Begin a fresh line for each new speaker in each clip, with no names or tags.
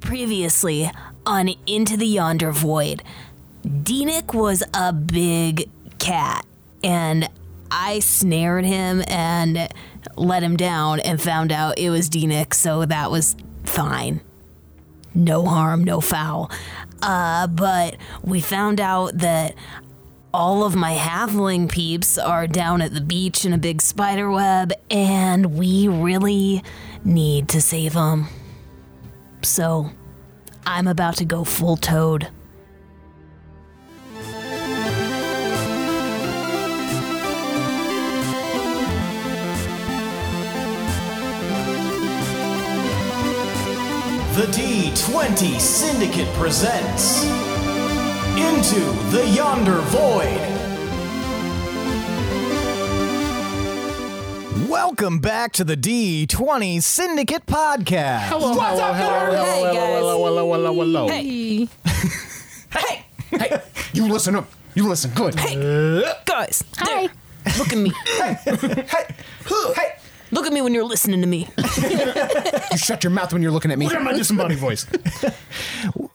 Previously on Into the Yonder Void, Deanick was a big cat, and I snared him and let him down and found out it was Deanick, so that was fine. No harm, no foul. Uh, but we found out that all of my halfling peeps are down at the beach in a big spider web, and we really need to save them. So, I'm about to go full toad.
The D20 Syndicate presents Into the Yonder Void. Welcome back to the D20 Syndicate podcast.
Hello, hello, hello, hello,
Hey, guys.
hello, hello, hello, hello, hello.
Hey,
Hey, you listen up. You listen. Good.
guys. Hi. Look at me.
Hey,
Look at me when you're listening to me.
You shut your mouth when you're looking at me.
Look at my disembodied voice.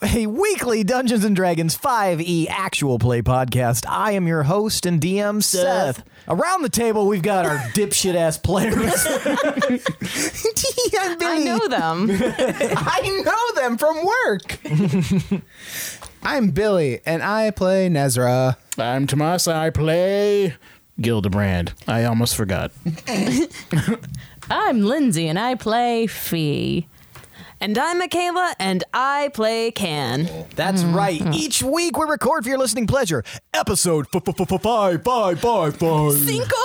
a weekly Dungeons and Dragons 5e actual play podcast. I am your host and DM Seth. Around the table, we've got our dipshit ass players. I'm
I
Billy.
know them.
I know them from work.
I'm Billy, and I play Nezra.
I'm Tomas. I play Gildebrand. I almost forgot.
I'm Lindsay and I play Fee.
And I'm Michaela, and I play Can.
That's right. Each week we record for your listening pleasure. Episode f- f- f- five, five, five, five.
Cinco!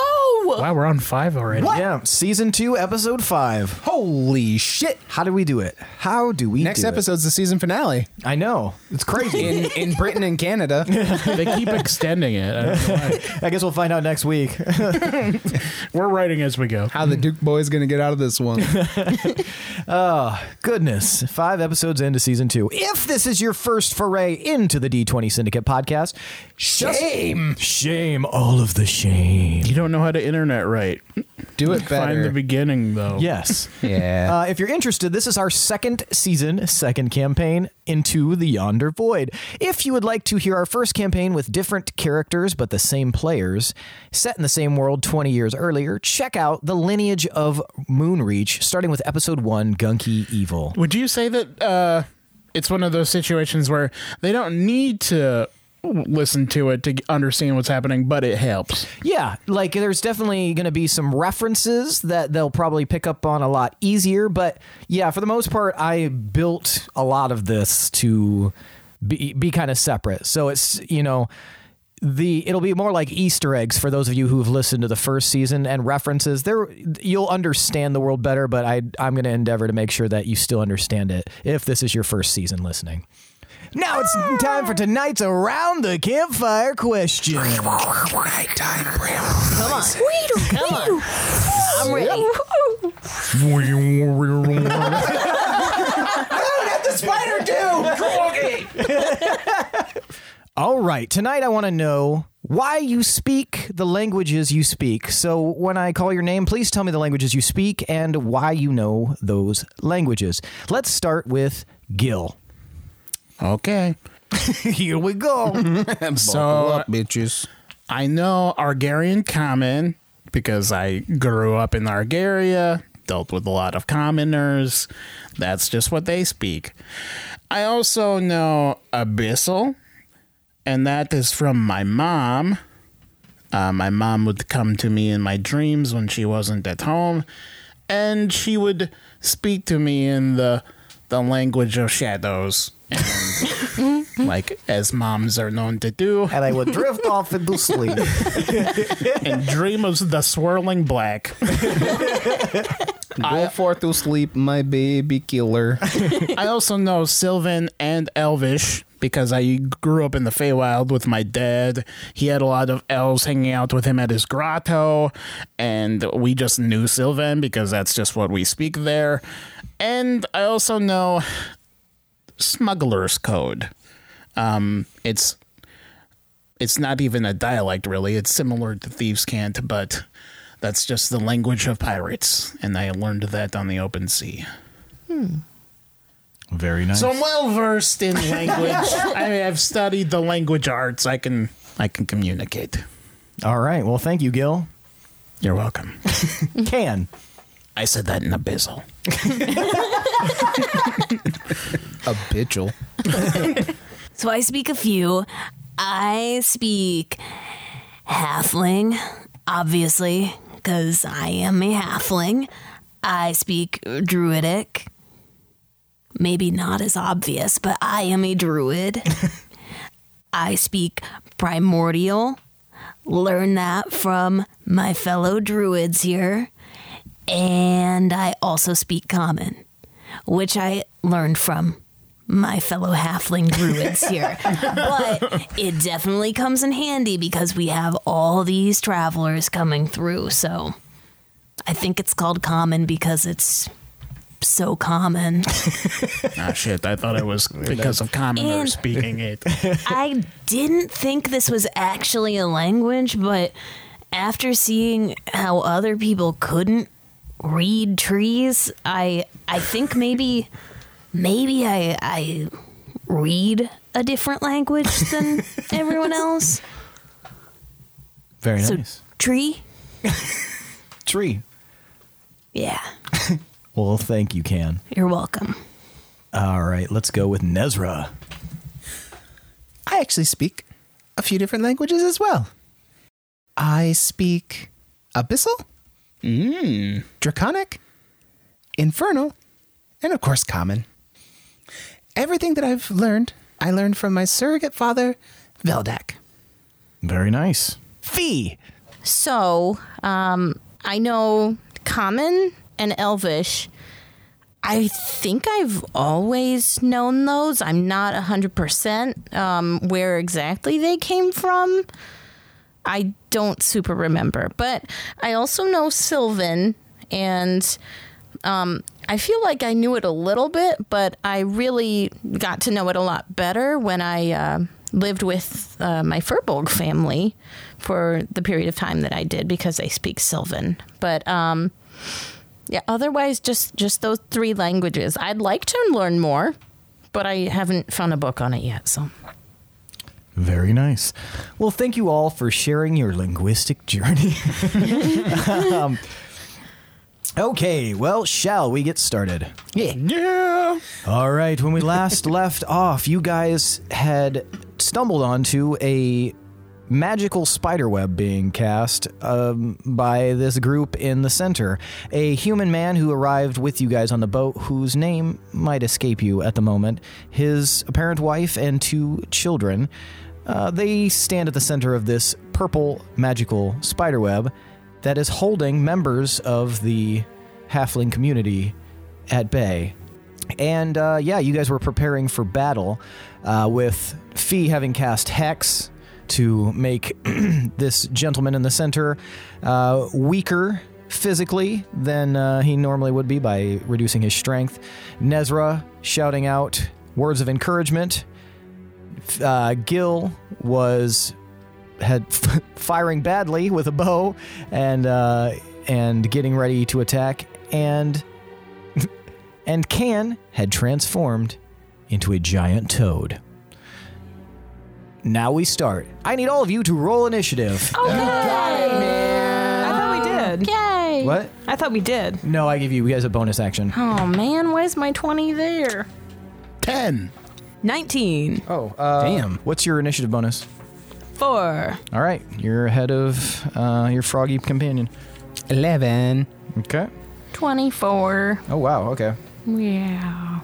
Wow, we're on five already.
Yeah, season two, episode five.
Holy shit!
How do we do it? How do we?
Next
do it?
episode's the season finale
I know it's crazy.
in in Britain and Canada.
They keep extending it. I don't know why.
I guess we'll find out next week.
We're writing as we go.
How the Duke boy's gonna get out of this one?
Goodness, five episodes into season two. If this is your first foray into the D20 Syndicate podcast, shame, shame, all of the shame.
You don't know how to internet right.
Do it
Find the
better.
beginning though.
Yes.
yeah.
Uh, if you're interested, this is our second season, second campaign into the Yonder Void. If you would like to hear our first campaign with different characters but the same players, set in the same world 20 years earlier, check out the lineage of Moonreach, starting with episode one, Gunky Evil.
Would you say that uh, it's one of those situations where they don't need to listen to it to understand what's happening, but it helps.
Yeah, like there's definitely going to be some references that they'll probably pick up on a lot easier. But yeah, for the most part, I built a lot of this to be, be kind of separate. So it's, you know, the it'll be more like Easter eggs for those of you who've listened to the first season and references. There, you'll understand the world better, but I, I'm going to endeavor to make sure that you still understand it if this is your first season listening. Now it's time for tonight's around the campfire question.
Come on. Come on. I'm ready.
All right. Tonight, I want to know why you speak the languages you speak. So, when I call your name, please tell me the languages you speak and why you know those languages. Let's start with Gil.
Okay.
Here we go.
So
up, bitches.
I know Argarian Common because I grew up in Argaria, dealt with a lot of commoners. That's just what they speak. I also know Abyssal, and that is from my mom. Uh, my mom would come to me in my dreams when she wasn't at home, and she would speak to me in the the language of shadows, and, like as moms are known to do
and I will drift off into sleep.
and dream of the swirling black.
Go forth to sleep, my baby killer.
I also know Sylvan and Elvish because I grew up in the Feywild with my dad. He had a lot of elves hanging out with him at his grotto, and we just knew Sylvan because that's just what we speak there. And I also know Smuggler's Code. Um, it's it's not even a dialect really. It's similar to Thieves' Cant, but that's just the language of pirates, and I learned that on the open sea.
very nice.
So I'm well versed in language. I mean, I've studied the language arts. I can I can communicate.
All right. Well, thank you, Gil.
You're welcome.
Can.
I said that in abyssal.
A bitchel.
So I speak a few. I speak halfling, obviously, because I am a halfling. I speak druidic. Maybe not as obvious, but I am a druid. I speak primordial. Learn that from my fellow druids here. And I also speak common, which I learned from my fellow halfling druids here. but it definitely comes in handy because we have all these travelers coming through. So I think it's called common because it's so common.
Ah, shit. I thought it was because of commoners
And-
speaking it.
I didn't think this was actually a language, but after seeing how other people couldn't read trees, I I think maybe maybe I I read a different language than everyone else.
Very
So
nice.
tree?
Tree.
Yeah.
Well, thank you, Can.
You're welcome.
All right. Let's go with Nezra.
I actually speak a few different languages as well. I speak Abyssal, Mm. Draconic, Infernal, and of course Common. Everything that I've learned, I learned from my surrogate father, Veldak.
Very nice. Fee.
So, um, I know common and elvish. I think I've always known those. I'm not 100% um, where exactly they came from. I don't super remember. But I also know Sylvan, and um, I feel like I knew it a little bit, but I really got to know it a lot better when I uh, lived with uh, my Furbolg family for the period of time that I did because they speak Sylvan. But um, yeah, otherwise, just just those three languages. I'd like to learn more, but I haven't found a book on it yet. So
Very nice. Well, thank you all for sharing your linguistic journey. Um, okay, well, shall we get started?
Yeah.
yeah.
All right, when we last left off, you guys had stumbled onto a magical spider web being cast um, by this group in the center. A human man who arrived with you guys on the boat, whose name might escape you at the moment, his apparent wife, and two children. Uh, they stand at the center of this purple magical spider web that is holding members of the halfling community at bay. And uh, yeah, you guys were preparing for battle uh, with Fee having cast Hex to make this gentleman in the center uh, weaker physically than uh, he normally would be by reducing his strength. Nezra shouting out words of encouragement. F- Uh, Gil was had firing badly with a bow and uh, and getting ready to attack and and Can had transformed into a giant toad. Now we start. I need all of you to roll initiative.
I
thought we did.
Yay!
What?
I thought we did.
No, I give you, you guys a bonus action.
Oh man, where's my twenty there?
Ten.
19.
Oh, uh,
Damn.
What's your initiative bonus?
4.
All right, you're ahead of uh, your froggy companion.
11.
Okay.
Twenty-four.
Oh wow. Okay.
Yeah.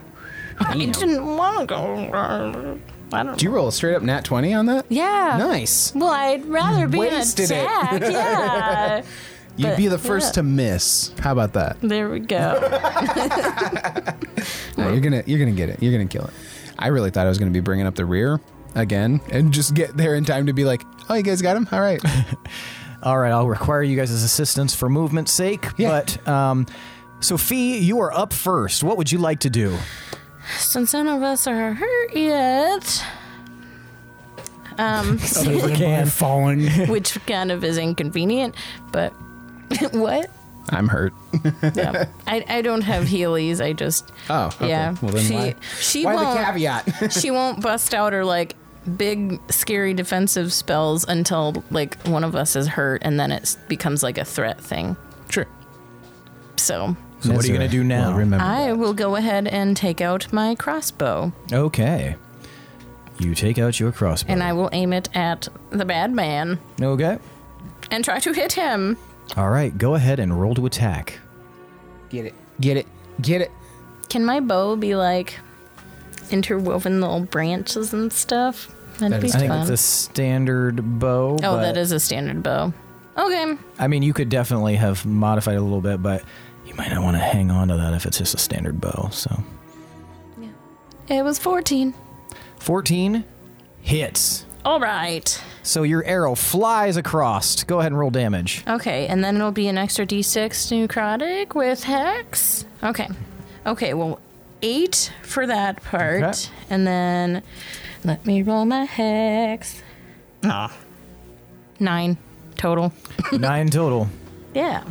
I didn't want to go. I don't.
Do you roll a straight up nat 20 on that?
yeah.
Nice.
Well, I'd rather be in
Wasted it.
attack. Yeah.
You'd
But-
be the first
yeah.
to miss. How about that?
there we go.
No, you're gonna you're gonna get it. You're gonna kill it. I really thought I was gonna be bringing up the rear again and just get there in time to be like, oh, you guys got him. All right.
All right, I'll require you guys' assistance for movement's sake.
Yeah.
But um, Sophie, you are up first. What would you like to do?
Since none of us are hurt yet, um,
Falling.
which kind of is inconvenient, but what?
I'm hurt.
Yeah. I, I don't have Heelys. I just.
Oh, okay.
Yeah.
Well, then
she
why-
she
why the
won't,
caveat?
she won't bust out her like big scary defensive spells until like one of us is hurt, and then it s- becomes like a threat thing.
Sure.
So
So what are you gonna do now?
remember.
I will go ahead and take out my crossbow,
Okay. You take out your crossbow.
and I will aim it at the bad man
okay.
and try to hit him.
All right. Go ahead and roll to attack.
Get it. Get it. Get it.
Can my bow be like interwoven little branches and stuff? That'd
That
be
is-
I think
fun.
it's a standard bow.
oh,
but-
that is a standard bow. Okay.
I mean, you could definitely have modified it a little bit, but you might not want to hang on to that if it's just a standard bow. So,
It was 14.
fourteen hits.
All right.
So your arrow flies across. Go ahead and roll damage.
Okay, and then it'll be an extra d6 necrotic with hex. Okay. Okay, well, eight for that part.
Okay.
And then let me roll my hex. Nine total.
Nine total.
Yeah.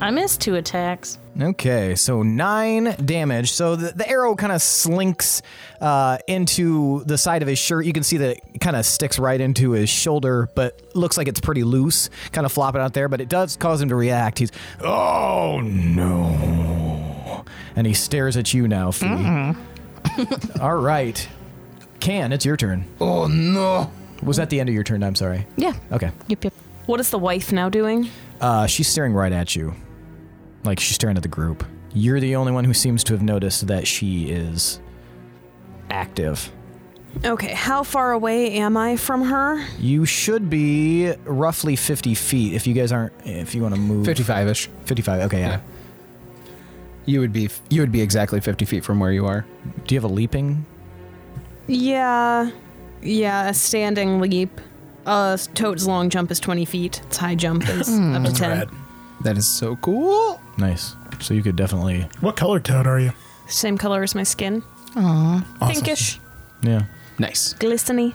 I missed two attacks.
Okay, so nine damage. So the, the arrow kind of slinks uh, into the side of his shirt. You can see that it kind of sticks right into his shoulder, but looks like it's pretty loose, kind of flopping out there. But it does cause him to react. He's, oh no. And he stares at you now, Fee. All right. Can, it's your turn.
Mm-hmm. Oh no.
Was that the end of your turn? I'm sorry.
Yeah.
Okay.
Yep, yep.
What is the wife now doing?
Uh, she's staring right at you. Like she's staring at the group. You're the only one who seems to have noticed that she is active.
Okay, how far away am I from her?
You should be roughly 50 feet if you guys aren't, if you want to move.
55 ish.
55, okay, yeah.
Yeah. You would be you would be exactly 50 feet from where you are.
Do you have a leaping?
Yeah. Yeah, a standing leap. Uh, Toad's long jump is 20 feet. Its high jump is
Hmm.
up to 10.
Red.
That is so cool.
Nice. So you could definitely,
What color toad are you?
Same color as my skin. Pinkish.
yeah.
Nice.
Glisteny.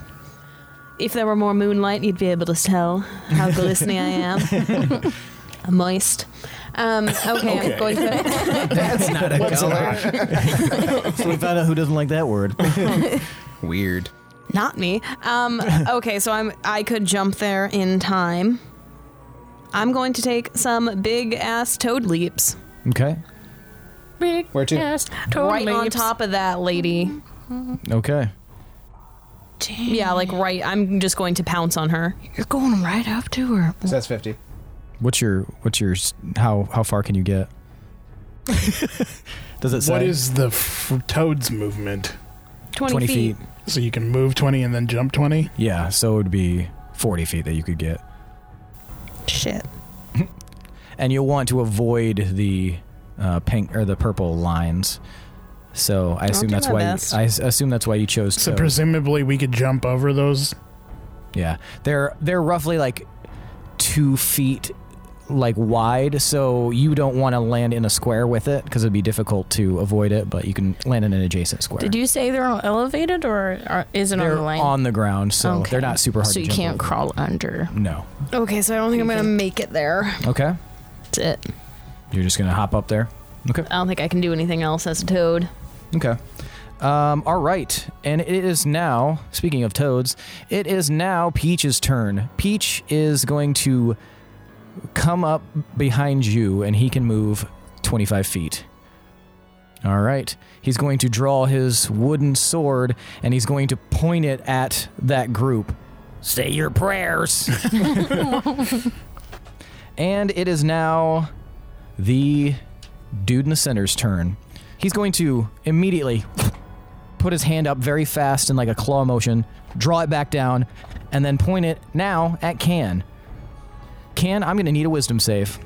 If there were more moonlight, you'd be able to tell how glisteny I am. Moist. Um, okay, I'm going to.
That's not a color.
So we found out who doesn't like that word.
Weird.
Not me. Um, okay, so I'm. I could jump there in time. I'm going to take some big ass toad leaps.
Okay,
Big
Where to?
chest,
right
totally
on top of that lady.
okay.
Yeah, like right. I'm just going to pounce on her.
You're going right up to her.
So that's 50.
What's your, what's your, s- how, how far can you get? Does it say?
What is the f- toad's movement?
20,
20
feet.
feet.
So you can move 20 and then jump 20?
Yeah, so it would be 40 feet that you could get.
Shit.
and you'll want to avoid the uh, pink or the purple lines. So I assume
do
that's
my
why
best.
I s- assume that's why you chose.
So
toad.
presumably we could jump over those.
yeah, they're they're roughly like two feet like wide, so you don't want to land in a square with it because it'd be difficult to avoid it. But you can land in an adjacent square.
Did you say they're all elevated or are, is it on
They're
the line?
on the ground, so
Okay.
they're not super hard.
So
to
you
jump
can't
over.
crawl under.
No.
Okay, so I don't think I'm gonna make it there.
Okay.
That's it.
You're just gonna hop up there. Okay.
I don't think I can do anything else as a toad.
Okay. Um, all right. And it is now, speaking of toads, it is now Peach's turn. Peach is going to come up behind you and he can move 25 feet. All right. He's going to draw his wooden sword and he's going to point it at that group. Say your prayers. and it is now the dude in the center's turn. He's going to immediately put his hand up very fast in like a claw motion, draw it back down, and then point it now at Can. Can, I'm going to need a wisdom save.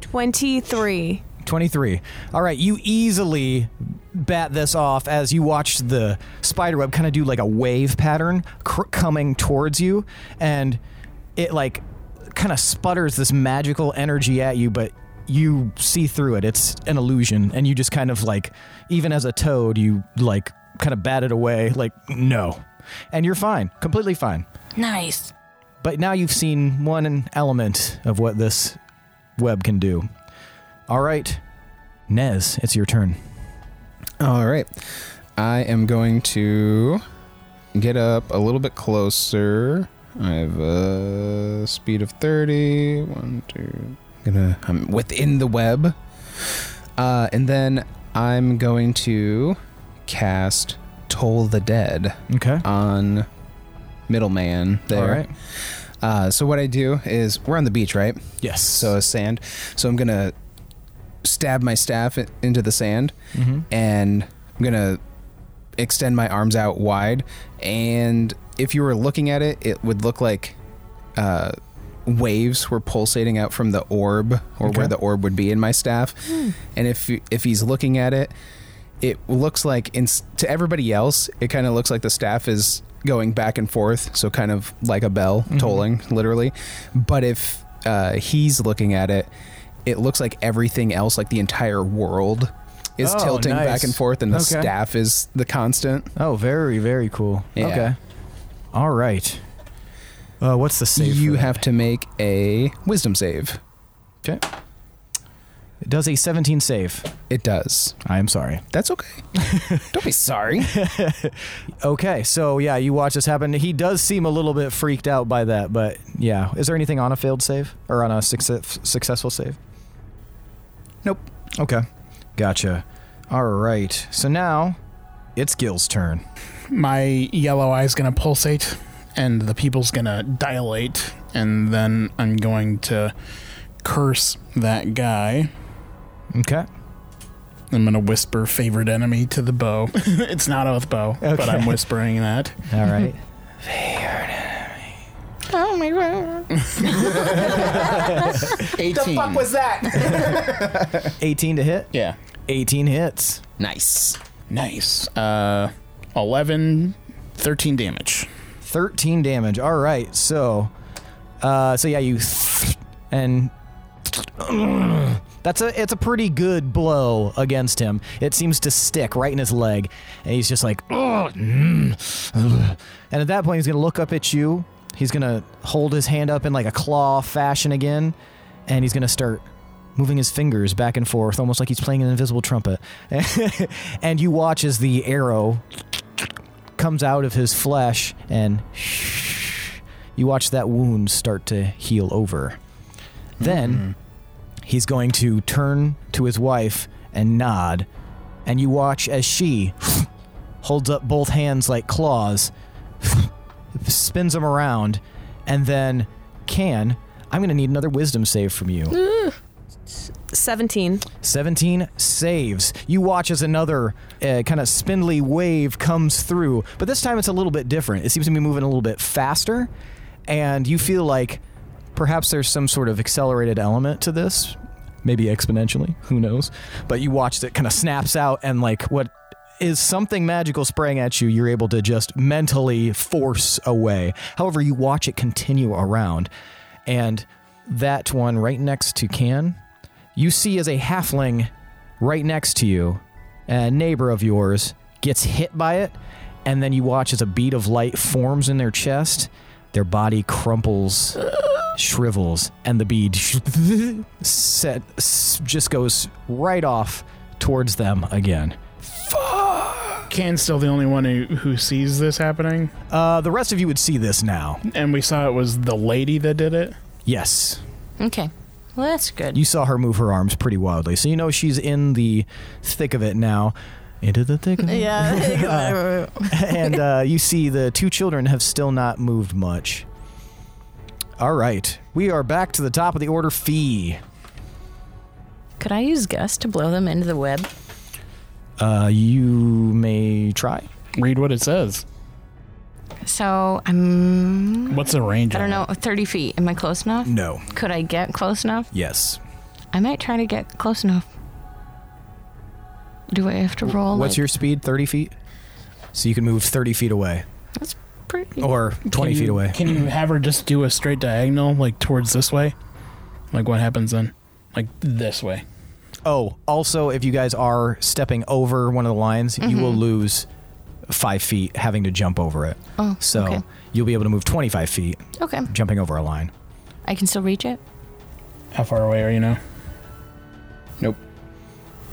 23.
23. All right, you easily bat this off as you watch the spider web kind of do like a wave pattern cr- coming towards you and it like kind of sputters this magical energy at you but you see through it. It's an illusion and you just kind of like even as a toad you like kind of bat it away like no. And you're fine, completely fine.
Nice.
But now you've seen one element of what this web can do. All right, Nez, it's your turn.
All right. I am going to get up a little bit closer. I have a speed of 30. One, two. Gonna, I'm within the web. Uh, and then I'm going to cast Toll the Dead
Okay.
on Middleman there.
All right.
Uh, so, what I do is, we're on the beach, right?
Yes.
So, it's uh, sand. So, I'm gonna stab my staff i- into the sand
Mhm.
and I'm gonna extend my arms out wide. And if you were looking at it, it would look like uh, waves were pulsating out from the orb, or
Okay.
where the orb would be in my staff. And if you- if he's looking at it, it looks like in, to everybody else, it kind of looks like the staff is going back and forth, so kind of like a bell
Mm-hmm.
tolling, literally. But if uh, he's looking at it, it looks like everything else, like the entire world, is
Oh,
tilting
nice.
back and forth, and the
Okay.
staff is the constant.
Oh, very, very cool.
Yeah.
Okay. All right. Uh, what's the save?
you
for that?
have to make a wisdom save.
It does a 17 save.
It does.
I am sorry.
That's okay. Don't be sorry.
Okay, so yeah, you watch this happen. He does seem a little bit freaked out by that, but yeah. Is there anything on a failed save or on a success, successful save? Nope. Okay. Gotcha. All right. So now it's Gil's turn.
my yellow eye's gonna pulsate and the people's gonna dilate and then i'm going to curse that guy
Okay.
i'm gonna whisper favorite enemy to the bow it's not oath bow but
Okay.
i'm whispering that
All right.
Oh my god.
18
that?
18 to hit.
yeah
18 hits.
Nice.
nice uh 11 13 damage
13 damage. All right. So, uh, so yeah, you and that's a it's a pretty good blow against him. It seems to stick right in his leg, and he's just like, "Ugh, mm, ugh." and at that point, he's gonna look up at you. He's gonna hold his hand up in like a claw fashion again, and he's gonna start moving his fingers back and forth, almost like he's playing an invisible trumpet. and you watch as the arrow comes out of his flesh and you watch that wound start to heal over. Then he's going to turn to his wife and nod, and you watch as she holds up both hands like claws, spins them around, and then can. I'm going to need another wisdom save from you.
17.
17 saves. You watch as another uh, kind of spindly wave comes through, but this time it's a little bit different. It seems to be moving a little bit faster, and you feel like perhaps there's some sort of accelerated element to this, maybe exponentially, who knows. But you watched it kind of snaps out, and like what is something magical spraying at you, you're able to just mentally force away. However, you watch it continue around, and that one right next to Can you see as a halfling right next to you, a neighbor of yours gets hit by it, and then you watch as a bead of light forms in their chest, their body crumples, shrivels, and the bead set s- just goes right off towards them again.
can's still the only one who, who sees this happening
Uh, the rest of you would see this now.
and we saw it was the lady that did it
Yes,
Okay. Well, that's good.
you saw her move her arms pretty wildly, so you know she's in the thick of it now. Into the thick of it.
Yeah.
and uh, you see the two children have still not moved much. All right, we are back to the top of the order. Fee.
Could I use Gus to blow them into the web?
Uh, you may try.
read what it says
So I'm.
what's the range
I don't
on
know. 30 feet. Am I close enough?
No.
Could I get close enough?
Yes.
I might try to get close enough. Do I have to roll?
What's
like-
your speed? Thirty feet. So you can move thirty feet away,
That's pretty.
or twenty
Can you-
feet away.
Can you have her just do a straight diagonal, like towards this way? Like what happens then? Like this way. Mm-hmm.
Oh, also, if you guys are stepping over one of the lines, you will lose five feet, having to jump over it. Oh, so
okay.
you'll be able to move 25 feet,
Okay.
jumping over a line.
I can still reach it.
How far away are you now?
Nope.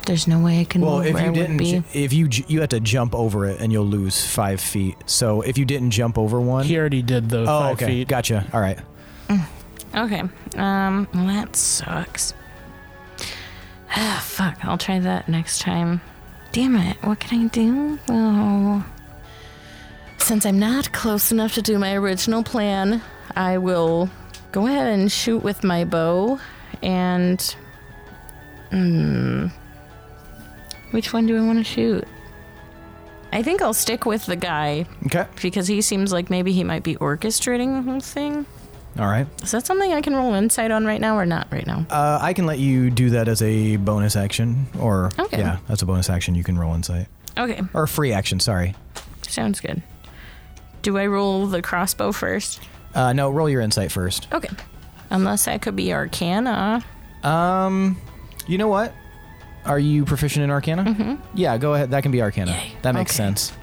There's no way I can
Well,
move
if
where
you
I would
didn't,
be.
ju- if you ju- you have to jump over it, and you'll lose five feet. So if you didn't jump over one,
He already did the
oh,
five
okay,
feet.
gotcha. All right,
Okay. Um, well, that sucks. Ah, fuck. I'll try that next time. Damn it. What can I do? Oh. Since I'm not close enough to do my original plan, I will go ahead and shoot with my bow. And. Hmm. Which one do I want to shoot? I think I'll stick with the guy
okay,
because he seems like maybe he might be orchestrating the whole thing.
all right.
Is that something I can roll insight on right now or not right now?
Uh, I can let you do that as a bonus action, or
Okay.
yeah, that's a bonus action. You can roll insight
Okay,
or a free action. Sorry.
sounds good. Do I roll the crossbow first?
Uh, no, roll your insight first.
Okay. Unless that could be Arcana.
Um, you know what? Are you proficient in Arcana? Mm-hmm. Yeah, go ahead. That can be Arcana. That makes
Okay.
sense.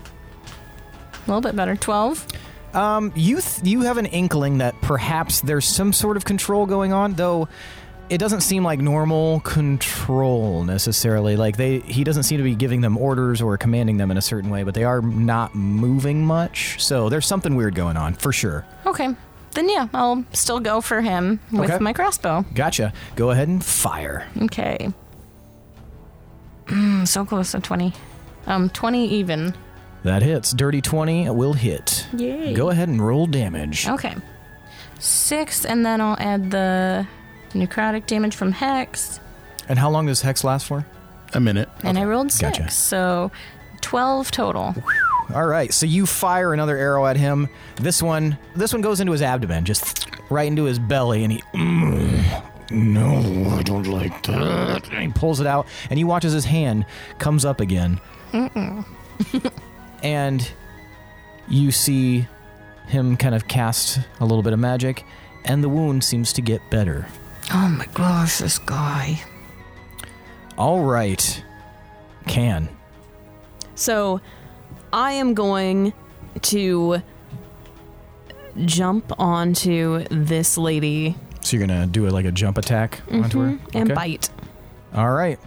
A little bit better. 12.
Um, you th- you have an inkling that perhaps there's some sort of control going on, though. It doesn't seem like normal control necessarily. Like they, he doesn't seem to be giving them orders or commanding them in a certain way, but they are not moving much. So there's something weird going on for sure.
Okay. Then yeah, I'll still go for him with
Okay.
my crossbow.
Gotcha. Go ahead and fire.
Okay. Mm, so close to 20. Um, 20 even.
That hits. Dirty twenty will hit.
Yay.
Go ahead and roll damage.
Okay. Six, and then I'll add the necrotic damage from Hex.
And how long does hex last for?
A minute.
And I rolled six,
Gotcha.
so 12 total.
All right, so you fire another arrow at him. This one, this one goes into his abdomen, just right into his belly, and he. mm, no, I don't like that. And he pulls it out, and he watches his hand comes up again. and you see him kind of cast a little bit of magic, and the wound seems to get better.
Oh my gosh, this guy.
All right, can.
So I am going to jump onto this lady Mm-hmm,
So you're gonna do it like a jump attack onto her
and
Okay.
bite.
All right.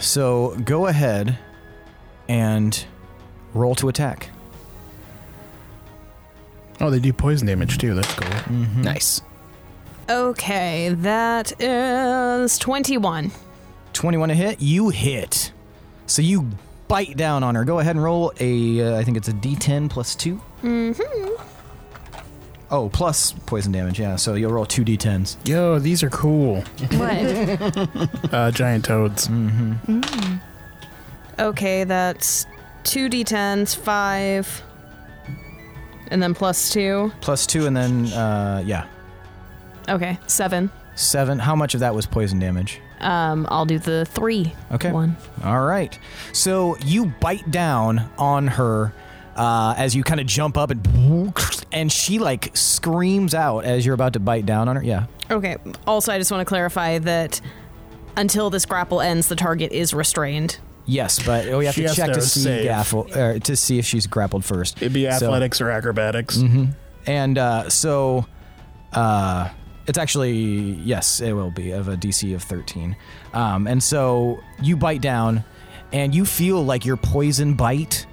So go ahead and roll to attack.
Oh, they do poison damage too. That's cool.
Nice.
Okay, that is 21.
21 to hit, you hit. So you bite down on her. Go ahead and roll a, uh, I think it's a d10 plus 2. Mm-hmm. Oh, plus poison damage, yeah. So you'll roll two d10s.
Yo, these are cool.
What?
Uh, giant toads.
Mm-hmm.
Okay, that's 2d10s, 5, and then plus 2.
Plus two, and then, uh, yeah,
Okay, 7.
seven. How much of that was poison damage?
Um, I'll do the 3
Okay.
one.
All right. So you bite down on her uh, as you kind of jump up and and she like screams out as you're about to bite down on her. Yeah.
Okay, also, I just want to clarify that until this grapple ends, the target is restrained.
Yes, but we have
She
to
has
check
to
to see
save.
gaffle, er, to see if she's grappled first.
It'd be
So-
athletics or acrobatics.
and uh, so uh, it's actually yes, it will be of a DC of 13. Um, and so you bite down, and you feel like your poison bite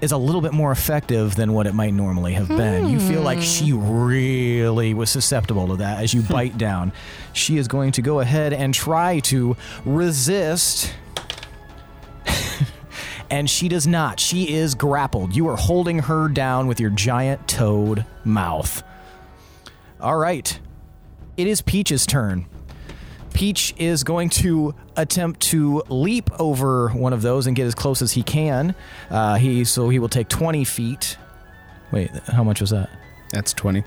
is a little bit more effective than what it might normally have been. You feel like she really was susceptible to that as you bite down. She is going to go ahead and try to resist and she does not. She is grappled. You are holding her down with your giant toad mouth. All right. It is Peach's turn. Peach is going to attempt to leap over one of those and get as close as he can. Uh, he so he will take 20 feet. Wait, how much was that?
That's 20.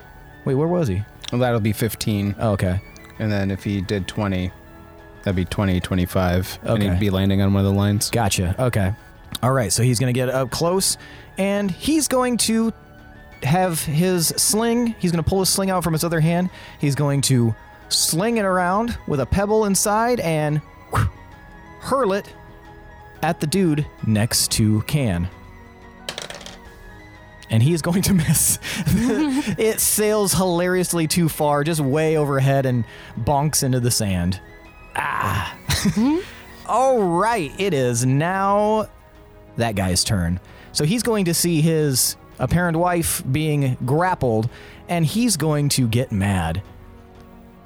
Wait, where was he?
Well, that'll be 15.
Oh, okay.
And then if he did 20, that'd be 20, 25. And
Okay.
he'd be landing on one of the lines.
Gotcha. Okay. All right. So he's going to get up close and he's going to have his sling. He's going to pull his sling out from his other hand. He's going to sling it around with a pebble inside and whew, hurl it at the dude next to Can. And he is going to miss. it sails hilariously too far, just way overhead, and bonks into the sand. Ah. All right, it is now that guy's turn. So he's going to see his apparent wife being grappled, and he's going to get mad.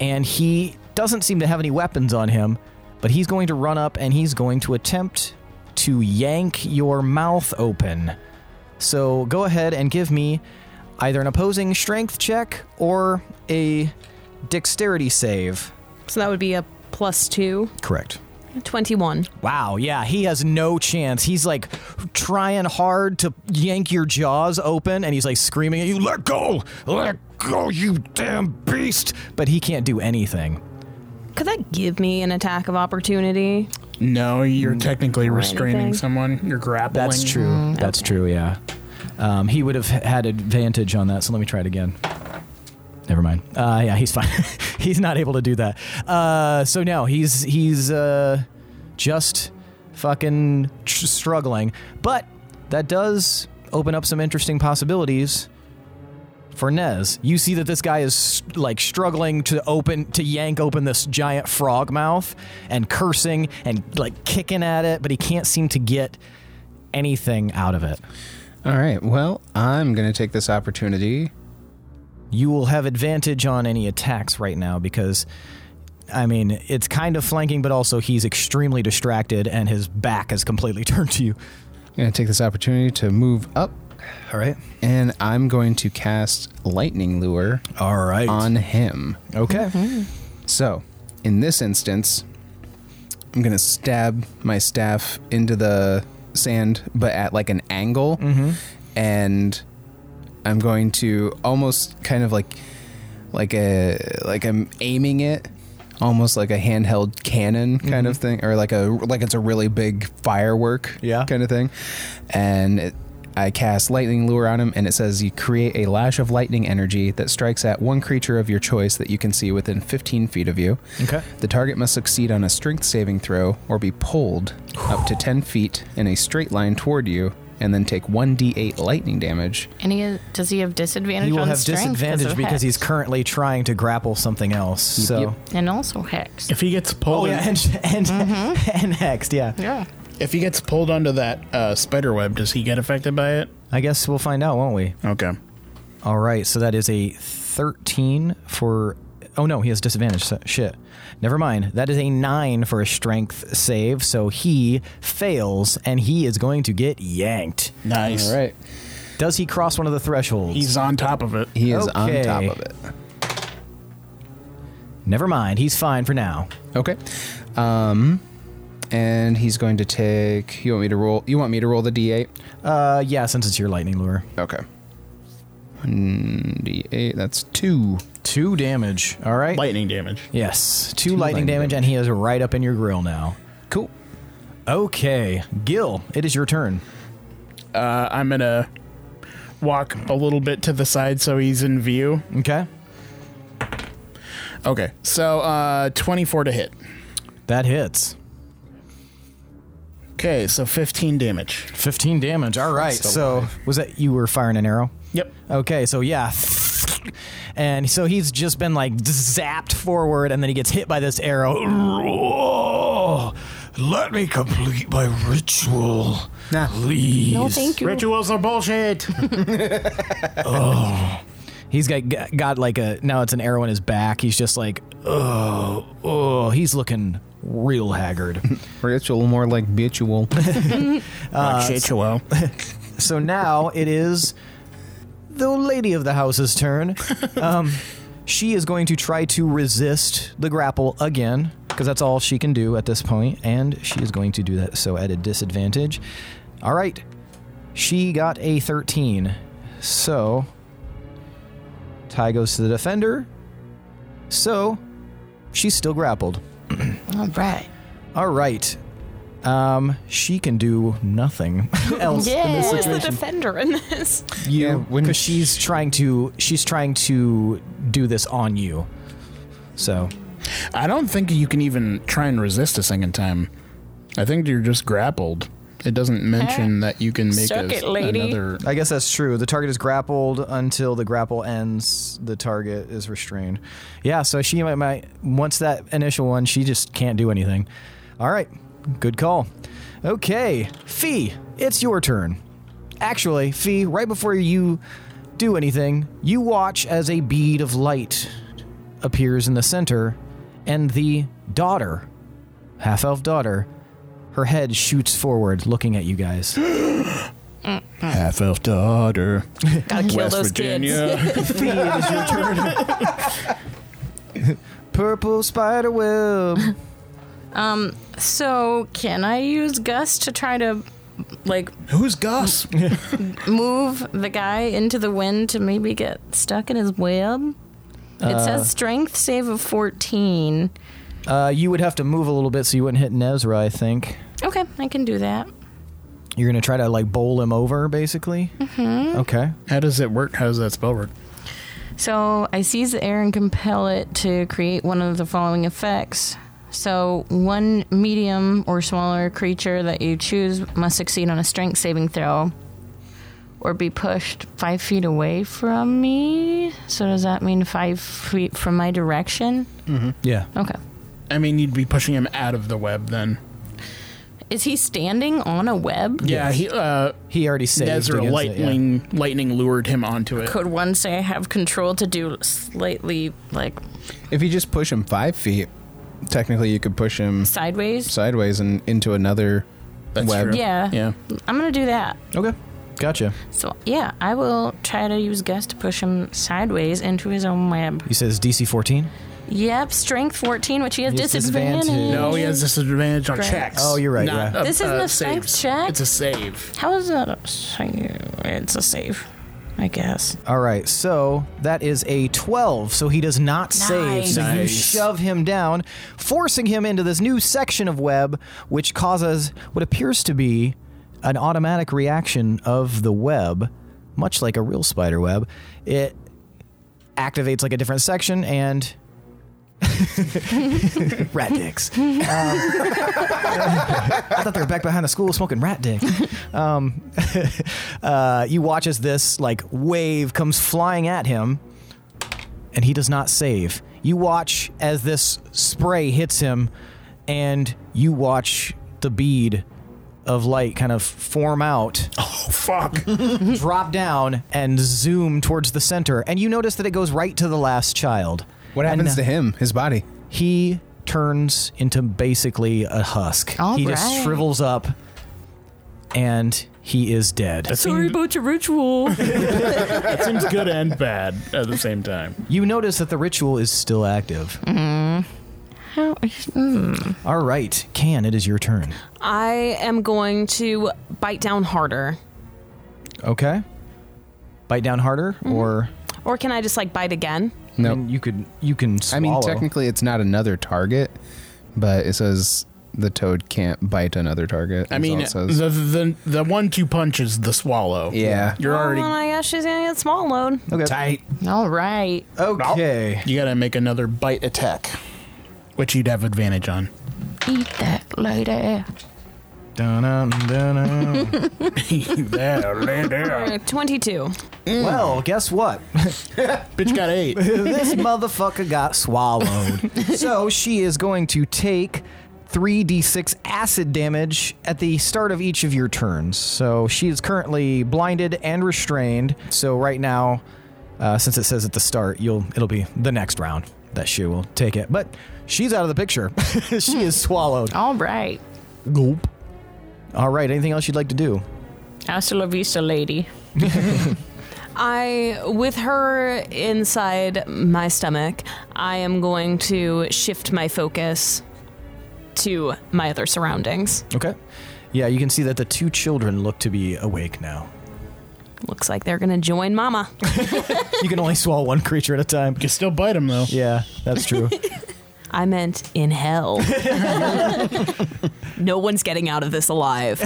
And he doesn't seem to have any weapons on him, but he's going to run up and he's going to attempt to yank your mouth open. So go ahead and give me either an opposing strength check or a dexterity save.
So that would be a plus two.
Correct.
21.
Wow, yeah, he has no chance. He's like trying hard to yank your jaws open and he's like screaming at you, let go, let go, you damn beast. But he can't do anything.
Could that give me an attack of opportunity?
No, you're technically restraining
anything.
someone. You're
Mm-hmm.
grappling.
That's true. That's true, yeah. Um, he would have had advantage on that, so let me try it again. Never mind. Uh, yeah, he's fine. he's not able to do that. Uh, so no, he's he's uh, just fucking tr- struggling. But that does open up some interesting possibilities for Nez. You see that this guy is like struggling to open to yank open this giant frog mouth and cursing and like kicking at it, but he can't seem to get anything out of it.
All right. Well, I'm going to take this opportunity.
you will have advantage on any attacks right now because I mean, it's kind of flanking, but also he's extremely distracted and his back is completely turned to you.
I'm going to take this opportunity to move up,
All right.
and I'm going to cast lightning lure
All right.
on him.
okay.
So, in this instance, I'm gonna stab my staff into the sand, but at like an angle,
Mm-hmm.
and I'm going to almost kind of like, like a like I'm aiming it, almost like a handheld cannon kind
Mm-hmm.
of thing, or like a like it's a really big firework,
Yeah.
kind of thing, and. It, I cast lightning lure on him, and it says you create a lash of lightning energy that strikes at one creature of your choice that you can see within 15 feet of you.
Okay.
The target must succeed on a strength saving throw or be pulled up to 10 feet in a straight line toward you and then take 1d8 lightning damage.
And he does he have disadvantage
He will
on
have
strength
disadvantage
of
because he's
hex?
currently trying to grapple something else. So.
Yep.
and also hex.
If he gets
Oh
pulled,
yeah, and and, and hexed, yeah.
Mm-hmm. Yeah.
if he gets pulled onto that uh, spider web, does he get affected by it?
I guess we'll find out, won't we?
Okay.
All right, so that is a 13 for. Oh no, he has disadvantage. so- Shit. Never mind. That is a 9 for a strength save, so he fails and he is going to get yanked.
Nice.
All right.
Does he cross one of the thresholds?
He's on top of it.
He is
Okay.
on top of it.
Never mind. He's fine for now.
Okay. Um and he's going to take you want me to roll you want me to roll the d8?
Uh, yeah, since it's your lightning lure.
Okay. 1d8, that's 2.
Two damage. All right.
Lightning damage.
Yes, two,
Two
lightning,
lightning
damage, and he is right up in your grill now.
Cool.
Okay, Gil, it is your turn.
Uh, I'm gonna walk a little bit to the side so he's in view.
Okay,
Okay. So uh, 24 to hit.
that hits.
Okay, so 15 damage.
15 damage. All right.
Still
So, was that you were firing an arrow?
Yep.
Okay, so yeah. And so he's just been like zapped forward, and then he gets hit by this arrow. Let me complete my ritual.
Nah.
Please.
No, thank you.
Rituals are bullshit.
He's got got like a now it's an arrow in his back. He's just like oh oh. He's looking real haggard.
Ritual more like bitual.
Like Shituo.
so now it is the lady of the house's turn. Um, she is going to try to resist the grapple again because that's all she can do at this point, and she is going to do that so at a disadvantage. All right, she got a 13, so tie goes to the defender. So she's still grappled.
All right.
All right. Um, she can do nothing else in this
Yay.
Who is the
situation
defender in this?
You when
because she's trying to she's trying to do this on you. So
I don't think you can even try and resist a second time. I think you're just grappled. It doesn't mention that you can make
Suck
a,
it, lady.
another.
I guess that's true. The target is grappled until the grapple ends. The target is restrained. Yeah, so she might, might once that initial one, she just can't do anything. All right, good call. Okay, Fee, it's your turn. Actually, Fee, right before you do anything, you watch as a bead of light appears in the center, and the daughter, half elf daughter, her head shoots forward, looking at you guys.
Half elf daughter.
Gotta kill those kids.
Purple spider web.
So can I use Gus to try to like
Who's Gus?
move the guy into the wind to maybe get stuck in his web? It says strength save of 14.
Uh, you would have to move a little bit so you wouldn't hit Nezra, I think.
Okay, I can do that.
You're gonna try to like bowl him over, basically. Mm-hmm. Okay.
How does it work? How does that spell work?
So I seize the air and compel it to create one of the following effects. So one medium or smaller creature that you choose must succeed on a strength saving throw or be pushed five feet away from me. So does that mean five feet from my direction?
Yeah.
Okay.
I mean, you'd be pushing him out of the web then.
Is he standing on a web?
Yeah, he, uh,
He already saved. against
Nezra
it, yeah.
lightning lightning lured him onto it.
Could one say I have control to do slightly like
If you just push him five feet, technically you could push him
sideways?
sideways and into another
That's
web.
true.
Yeah.
Yeah.
I'm going to do that.
Okay. Gotcha.
So yeah, I will try to use Gus to push him sideways into his own web.
He says DC 14.
Yep, strength 14, which he has
He has
disadvantage.
disadvantage.
No, he has disadvantage on
Right.
checks.
Oh, you're right,
Not
yeah.
This isn't a
saves.
strength check?
It's a save.
How is that? A save? It's a save, I guess.
All right. So that is a 12. So he does not save. So you
Nice.
shove him down, forcing him into this new section of web, which causes what appears to be an automatic reaction of the web, much like a real spider web. It activates like a different section and rat dicks. Um, I thought they were back behind the school smoking rat dick. Um, uh, you watch as this like wave comes flying at him, and he does not save. You watch as this spray hits him, and you watch the bead of light kind of form out
Oh fuck.
drop down and zoom towards the center and you notice that it goes right to the last child
What happens to him? His body.
he turns into basically a husk
All
he just
right.
shrivels up and he is dead
Sorry
about your ritual.
That seems good and bad at the same time.
you notice that the ritual is still active
Mm. Oh,
all right can it is your turn
I am going to bite down harder.
okay bite down harder
Mm-hmm.
or
Or can I just like bite again?
No.
and you could you can
I
swallow.
mean, technically, it's not another target, but it says the toad can't bite another target.
I
is
mean,
all it says.
the, the the one two punch is the swallow.
yeah.
You're
Oh
already
my gosh, she's gonna get swallowed.
okay
tight.
All right.
okay
You gotta make another bite attack, which you'd have advantage on.
Eat that later.
Dun-dun, dun-dun.
there, lay down.
Uh, 22.
well guess what
Bitch got eight.
this motherfucker got swallowed. so she is going to take 3d6 acid damage at the start of each of your turns. So she is currently blinded and restrained. So right now, uh, since it says at the start, you'll it'll be the next round that she will take it. But she's out of the picture. she is swallowed.
All right.
Gulp. All right. Anything else you'd like to do?
Hasta la vista, lady.
I, with her inside my stomach, I am going to shift my focus to my other surroundings.
Okay. Yeah, you can see that the two children look to be awake now.
Looks like they're gonna join Mama.
you can only swallow one creature at a time.
You can still bite him though.
Yeah, that's true.
I meant in hell. no one's getting out of this alive.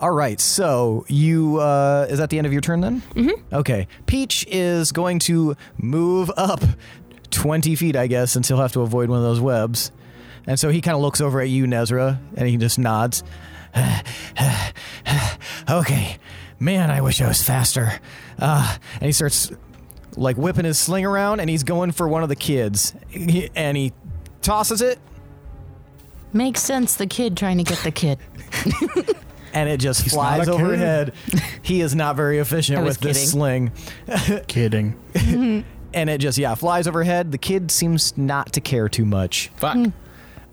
All right, so you uh, is that the end of your turn then? Mm-hmm. Okay, Peach is going to move up twenty feet, I guess, since he'll have to avoid one of those webs, And so he kind of looks over at you, Nezra, and he just nods. okay, man, I wish I was faster. Uh, and he starts like whipping his sling around, and he's going for one of the kids, He- and he tosses it,
Makes sense. The kid trying to get the kid.
and it just
not
flies
a
over
kid.
his head. He is not very efficient
I
with
was
this
kidding.
sling.
Kidding.
and it just yeah flies overhead. The kid seems not to care too much.
Fuck.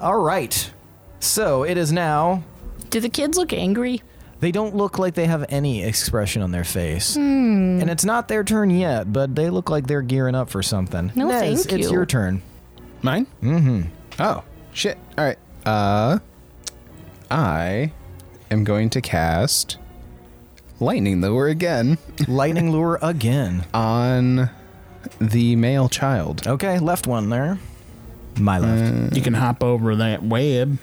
All right, so it is now.
Do the kids look angry?
They don't look like they have any expression on their face,
Hmm.
and it's not their turn yet. But they look like they're gearing up for something.
No,
Nez,
thank
It's
you.
your turn.
Mine? Mm-hmm. Oh, shit. All right. Uh, I am going to cast lightning lure again
Lightning lure again.
on the male child.
Okay, left one there. My left.
Mm.
You can hop over that web.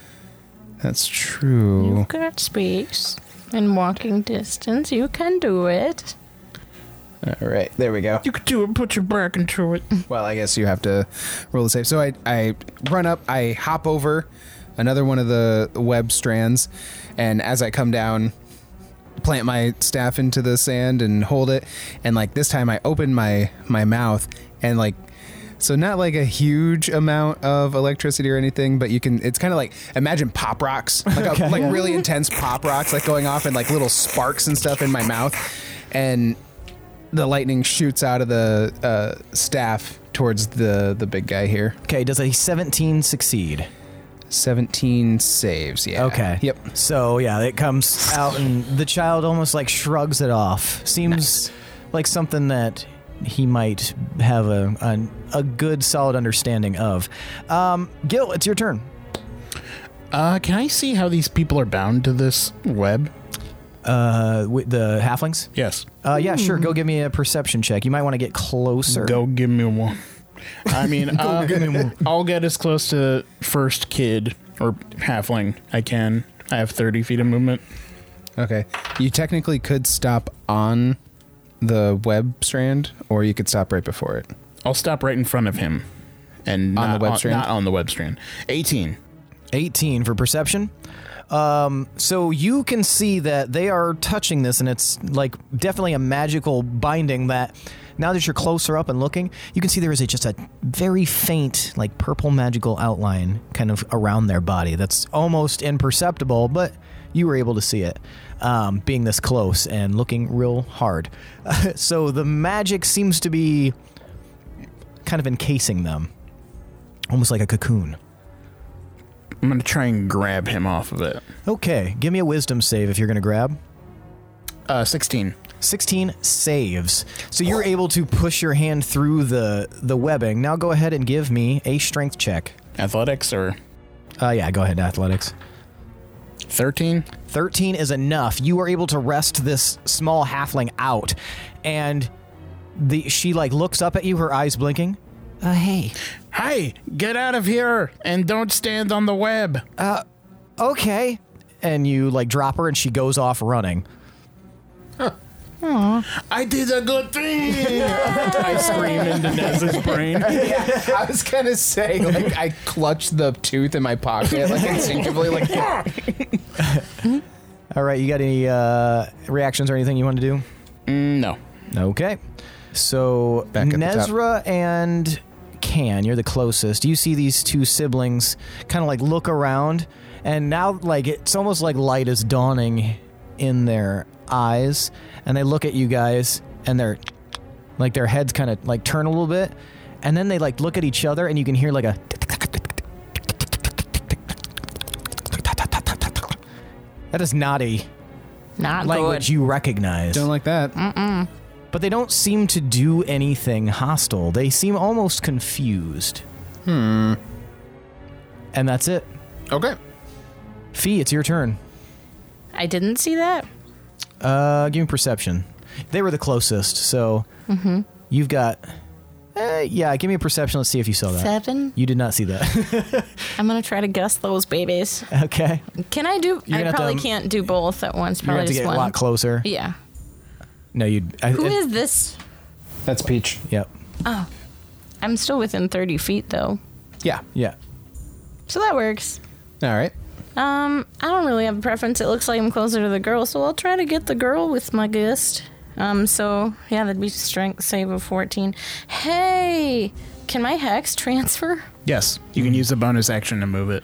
That's true.
Got space and walking distance. You can do it.
All right, there we go.
You could do it. Put your back into it.
Well, I guess you have to roll the save. So I, I run up, I hop over another one of the web strands, and as I come down, plant my staff into the sand and hold it. And like this time, I open my my mouth and like. So not like a huge amount of electricity or anything, but you can. It's kind of like imagine pop rocks, like a, like really intense pop rocks, like going off and like little sparks and stuff in my mouth, and the lightning shoots out of the uh, staff towards the the big guy here.
Okay, does a 17 succeed?
17 saves. Yeah.
Okay.
Yep.
So yeah, it comes out, and the child almost like shrugs it off. Seems like something that he might have a a, a good, solid understanding of. Um, Gil, it's your turn.
Uh, can I see how these people are bound to this web?
Uh, wi- the halflings.
Yes.
Uh, yeah, sure. Go give me a perception check. You might want to get closer.
Go give me one. I mean, uh, I'll get as close to first kid or halfling I can. I have 30 feet of movement.
Okay. You technically could stop on the web strand, or you could stop right before it.
I'll stop right in front of him. And
On the
not
web strand?
Not on the web strand. 18.
18 for perception. Um, so you can see that they are touching this, and it's like definitely a magical binding that now that you're closer up and looking, you can see there is a, just a very faint, like purple magical outline kind of around their body that's almost imperceptible, but you were able to see it um, being this close and looking real hard. so the magic seems to be kind of encasing them, almost like a cocoon.
I'm going to try and grab him off of it.
Okay, give me a wisdom save if you're going to grab.
Uh, 16.
16 saves. So you're able to push your hand through the the webbing. Now go ahead and give me a strength check.
Athletics or
Uh yeah, go ahead athletics.
13?
13 is enough. You are able to rest this small halfling out and the she like looks up at you, her eyes blinking. Uh hey.
Hey, get out of here and don't stand on the web.
Okay. And you like drop her and she goes off running.
I did a good thing. I scream into Nez's brain.
I was gonna say, like, I clutched the tooth in my pocket, like instinctively, like.
All right, you got any uh reactions or anything you want to do?
No.
Okay. So
Back at the top.
Nezra and Can, you're the closest. You see these two siblings kind of like look around, and now like it's almost like light is dawning in their eyes, and they look at you guys, and they're like their heads kind of like turn a little bit, and then they like look at each other, and you can hear like a. That is not a
Not
language you recognize
Don't like that.
but they don't seem to do anything hostile. They seem almost confused. Hmm. And that's it.
Okay.
Fee, it's your turn.
good. I didn't see that.
Uh, give me perception. They were the closest, so
Mm-hmm.
you've got. Eh, yeah, give me a perception. Let's see if you saw that.
Seven.
You did not see that.
I'm gonna try to guess those babies.
okay.
Can I do?
gonna
I
have to- um,
probably can't do both at once.
You're going
Probably
to have to
just
get
one.
a lot closer.
Yeah.
No, you. I,
Who
it-
is this?
That's Peach.
Yep.
I'm still within 30 feet though.
Yeah.
Yeah.
So that works.
All right.
Um, I don't really have a preference. It looks like I'm closer to the girl, so I'll try to get the girl with my gust. Um, so yeah, that'd be strength save of 14. Hey, can my hex transfer?
Yes, you can use a bonus action to move it.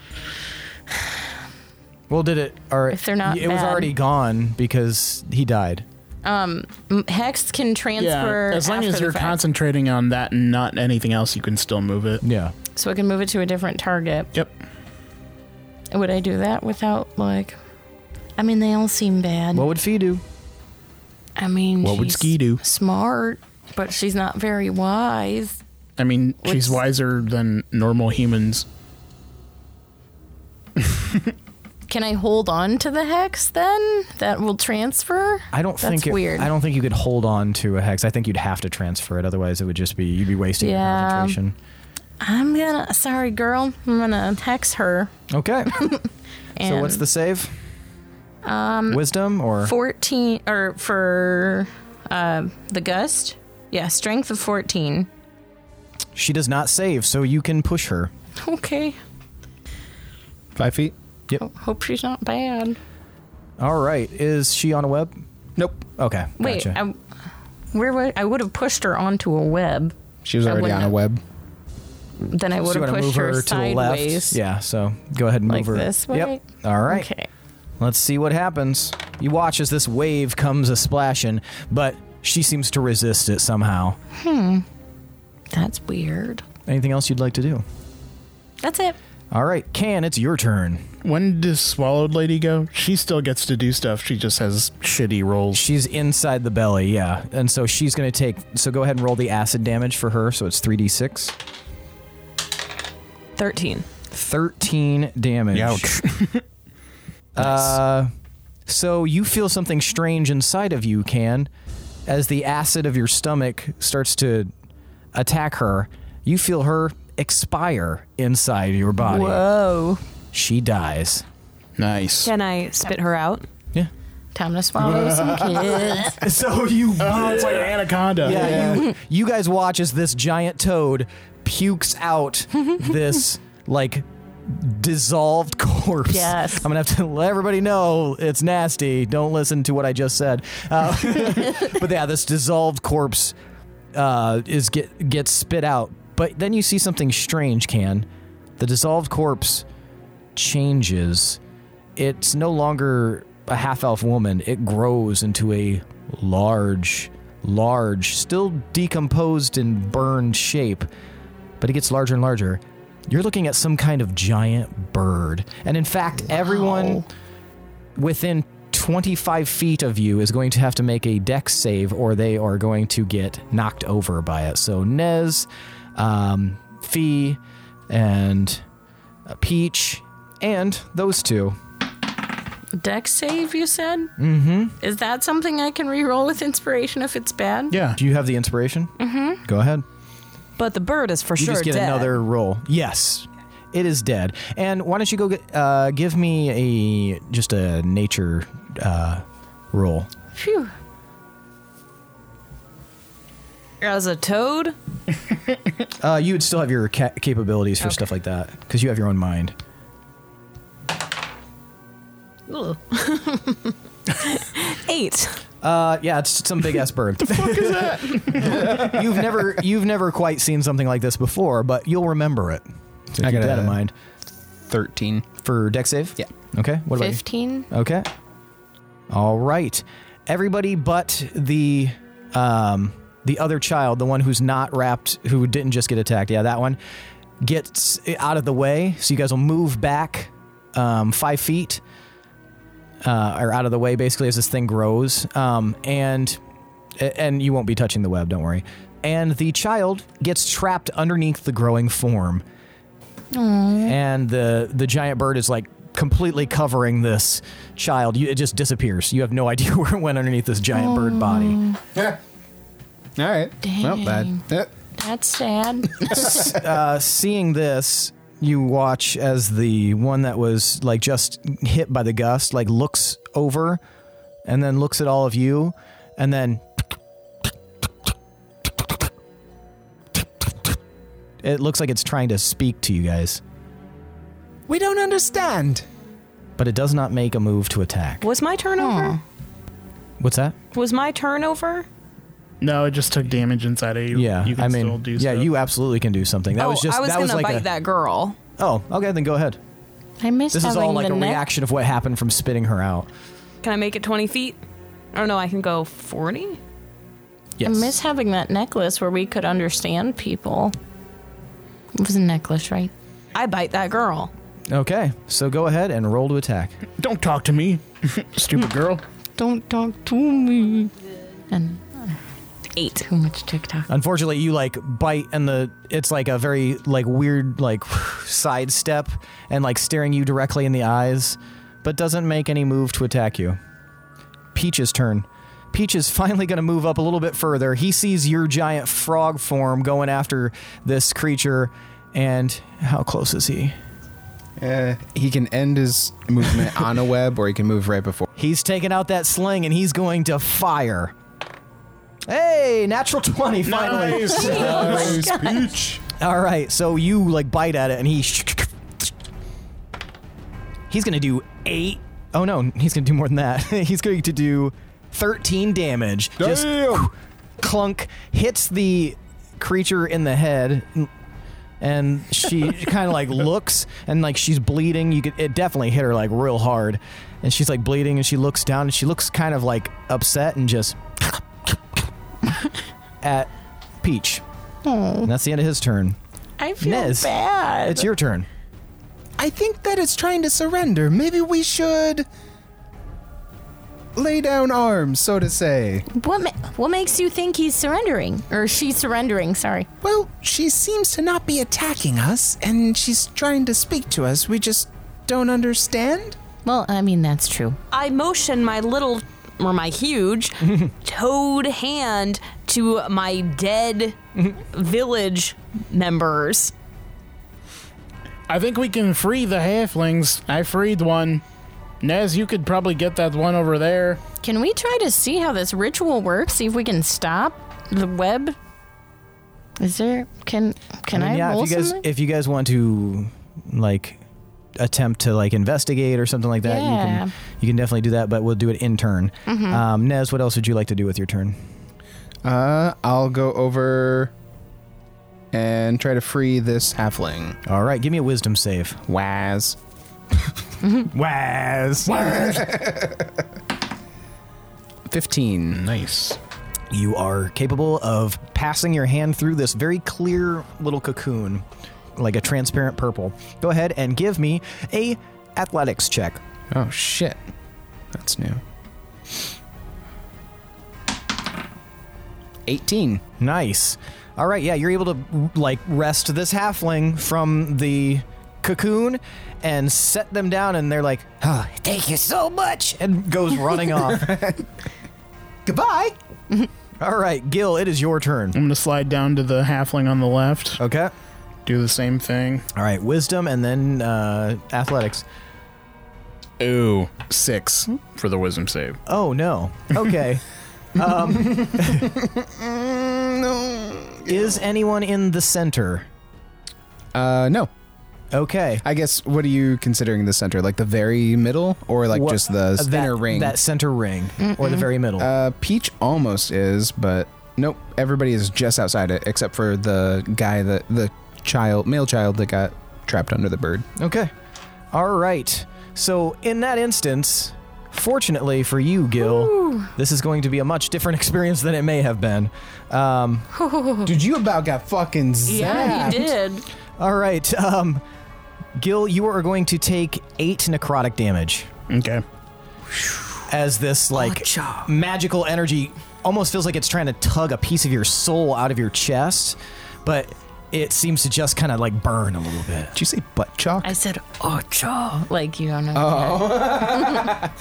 Well, did it? Or
If they're not
it was
bad.
already gone because he died.
Um, M- Hex can transfer.
as long
after
as
the
you're
fact.
concentrating on that and not anything else, you can still move it.
Yeah.
so I can move it to a different target.
Yep.
Would I do that without like? I mean, they all seem bad.
What would Fee do?
I mean,
What would
she's
Ski do?
Smart, but she's not very wise.
I mean,
What's-
she's wiser than normal humans.
Can I hold on to the hex then? That will transfer.
I don't
That's
think it,
weird.
I don't think you could hold on to a hex. I think you'd have to transfer it. Otherwise, it would just be you'd be wasting
Yeah.
your concentration.
I'm gonna. Sorry, girl. I'm gonna hex her.
Okay.
And
so what's the save? Um, Wisdom or
fourteen or for uh, the gust? Yeah, strength of fourteen.
she does not save, so you can push her.
Okay.
Five feet.
Hope she's not bad.
All right. Is she on a web?
Nope.
Okay.
Wait,
gotcha.
I, where would I would have pushed her onto a web?
She was
I
already on
wouldn't-
a web.
Then I would
So you
have
wanna
pushed
move
her,
her to the
sideways.
left. Yeah. So go ahead and
Like
move her
this way?
Yep. All right.
Okay.
Let's see what happens. You watch as this wave comes a splashing, but she seems to resist it somehow.
That's weird.
Anything else you'd like to do?
That's it.
All right, Can, it's your turn.
When does Swallowed Lady go? She still gets to do stuff. She just has shitty rolls.
She's inside the belly, yeah. And so she's going to take. So go ahead and roll the acid damage for her. So it's 3d6.
13.
13 damage.
Ouch.
Uh, so you feel something strange inside of you, Can, as the acid of your stomach starts to attack her. You feel her expire inside your body.
Whoa.
She dies.
Nice.
Can I spit her out?
Yeah.
Time to swallow some kids.
So you
Oh, it's like an anaconda.
Yeah, You, you guys watch as this giant toad pukes out this like dissolved corpse.
Yes.
I'm gonna have to let everybody know it's nasty. Don't listen to what I just said. Uh, but yeah, this dissolved corpse uh, is get gets spit out. But then you see something strange. Can the dissolved corpse changes? It's no longer a half elf woman. It grows into a large, large, still decomposed and burned shape, but it gets larger and larger. You're looking at some kind of giant bird. And in fact, everyone within 25 feet of you is going to have to make a dex save or they are going to get knocked over by it. So Nez, um, Fee, and uh, Peach, and those two.
Deck save, you said? Mm-hmm. Is that something I can reroll with inspiration if it's bad?
Yeah.
Do you have the inspiration? Mm-hmm. Go ahead.
But the bird is for
You
sure
just get
dead.
another roll. Yes, it is dead. And why don't you go get, uh, give me a just a nature uh, roll?
Phew.
As a toad?
Uh, you would still have your ca- capabilities for stuff like that because you have your own mind.
Ugh. Eight.
Uh, yeah, it's some big ass bird. you've never you've never quite seen something like this before, but you'll remember it. So
I
keep
got
that in
a-
mind
Thirteen.
for deck save.
Yeah.
Okay. What about you?
15?
Okay. All right. Everybody but the um the other child, the one who's not wrapped, who didn't just get attacked. Yeah, that one gets out of the way. So you guys will move back um, five feet uh, or out of the way, basically, as this thing grows. Um, and and you won't be touching the web. Don't worry. And the child gets trapped underneath the growing form and the the giant bird is like completely covering this child. You, it just disappears. You have no idea where it went underneath this giant bird body.
Yeah. All right. Well,
Dang.
bad. Eh.
That's sad.
Uh, seeing this, you watch as the one that was like just hit by the gust like looks over, and then looks at all of you, and then. It looks like it's trying to speak to you guys.
We don't understand.
but it does not make a move to attack.
Was my turnover?
What's that?
Was my turnover?
No, it just took damage inside of you.
Yeah,
you can
I mean,
still do
yeah,
stuff.
you absolutely can do something. That
oh,
was just
I was
that
gonna
was like
bite
a,
that girl.
oh, okay, then go ahead.
I miss
This is
having
all like
the
a
net.
reaction of what happened from spitting her out.
Can I make it 20 feet? Or no, I can go 40?
Yes.
I miss having that necklace where we could understand people. It was a necklace, right?
I bite that girl.
okay, so go ahead and roll to attack.
Don't talk to me, stupid girl.
Don't talk to me. And
Eight.
too much TikTok.
Unfortunately, you like bite, and the it's like a very like weird like sidestep and like staring you directly in the eyes, but doesn't make any move to attack you. Peach's turn. Peach is finally going to move up a little bit further. He sees your giant frog form going after this creature, and how close is he?
Uh, he can end his movement on a web, or he can move right before.
He's taking out that sling and he's going to fire. Hey, natural 20 finally.
Nice.
Oh
All right, so you like bite at it and he He's going to do 8. Oh no, he's going to do more than that. he's going to do 13 damage. Just clunk hits the creature in the head and she kind of like looks and like she's bleeding you could it definitely hit her like real hard and she's like bleeding and she looks down and she looks kind of like upset and just at peach and that's the end of his turn
I feel
Nez.
bad.
it's your turn
I think that it's trying to surrender. Maybe we should.
Lay down arms, so to say.
what ma- what makes you think he's surrendering or she's surrendering? Sorry.
Well, she seems to not be attacking us, and she's trying to speak to us. We just don't understand.
Well, I mean that's true.
I motion my little or my huge toad hand to my dead village members.
I think we can free the halflings. I freed one. Nez, you could probably get that one over there.
Can we try to see how this ritual works? See if we can stop the web. Is there? Can can I,
mean, yeah
roll
if you guys
something?
if you guys want to like attempt to like investigate or something like that you
Yeah. Mm-hmm.
can you can definitely do that but we'll do it in turn um, nez what else would you like to do with your turn
Uh, I'll go over and try to free this halfling.
all right give me a wisdom save
Waz.
Waz.
15.
Nice.
You are capable of passing your hand through this very clear little cocoon, like a transparent purple. Go ahead and give me a athletics check.
Oh, shit. That's new. 18.
Nice. All right, yeah, you're able to like rest this halfling from the cocoon and set them down, and they're like, oh, "Thank you so much," and goes running off. Goodbye. All right, Gil, it is your turn.
I'm gonna slide down to the halfling on the left.
Okay.
Do the same thing.
All right, wisdom and then uh, athletics.
Ooh, six for the wisdom save.
Oh no. Okay. um, Is anyone in the center?
Uh, no.
Okay.
I guess, what are you considering the center? Like the very middle? Or like
What-
just the
that-
thinner ring?
That center ring, or the very middle.
Uh, Peach almost is, but nope. Everybody is just outside it, except for the guy that the child, male child that got trapped under the bird.
okay. All right. So in that instance, fortunately for you, Gil, this is going to be a much different experience than it may have been. Um,
Dude, you about got fucking zapped.
Oh. yeah, he did.
all right. Um, Gil, you are going to take eight necrotic damage.
Okay.
as this like magical energy almost feels like it's trying to tug a piece of your soul out of your chest, but it seems to just kind of like burn a little bit.
Did you say butt chalk?
I said ocho, like you don't know.
Oh.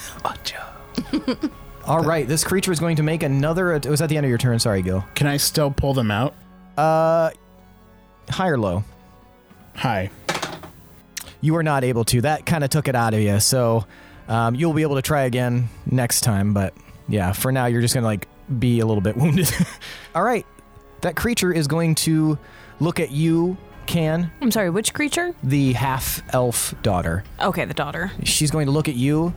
All right, this creature is going to make another. It was at the end of your turn. Sorry, Gil.
Can I still pull them out?
Uh, high or low?
Hi.
You were not able to. That kind of took it out of you. So um, you'll be able to try again next time. But yeah, for now, you're just going to like be a little bit wounded. All right. That creature is going to look at you can,
I'm sorry, which creature?
the half elf daughter,
Okay, the daughter.
she's going to look at you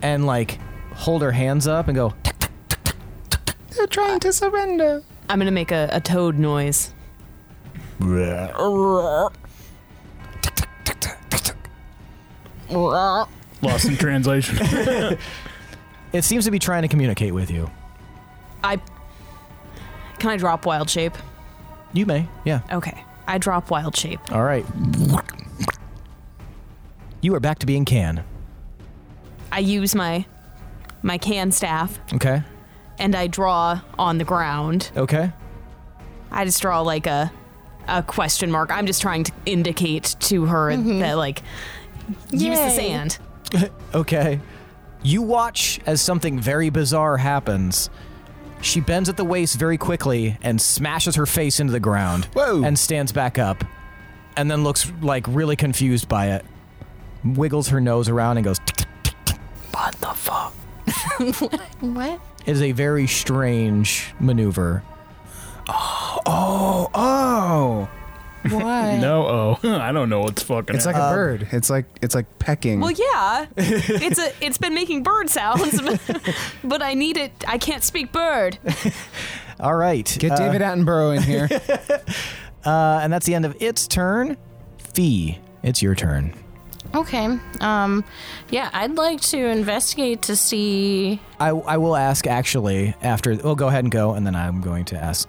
and like hold her hands up and go, "Tick, tick, tick, tick, tick, tick."
They're trying to surrender.
I'm gonna make a, a toad noise.
Lost in translation.
it seems to be trying to communicate with you.
I can I drop wild shape?
You may, yeah.
Okay, I drop wild shape.
All right. You are back to being can.
I use my my can staff
Okay.
and I draw on the ground.
Okay.
I just draw like a a question mark. I'm just trying to indicate to her that like use the
Yay.
sand.
Okay. You watch as something very bizarre happens. She bends at the waist very quickly and smashes her face into the ground.
Whoa.
And stands back up and then looks like really confused by it. Wiggles her nose around and goes, "Tick, tick, tick, tick." What the fuck?
What?
It is a very strange maneuver.
Oh, oh.
What?
no, oh, I don't know what's fucking.
It's like a bird. It's like it's like pecking.
Well, yeah, it's a it's been making bird sounds, but I need it. I can't speak bird.
All right.
Get
uh,
David Attenborough in here.
uh, and that's the end of its turn. Fee, it's your turn.
Okay. Um, yeah, I'd like to investigate to see.
I, I will ask actually after. Well, go ahead and go, and then I'm going to ask.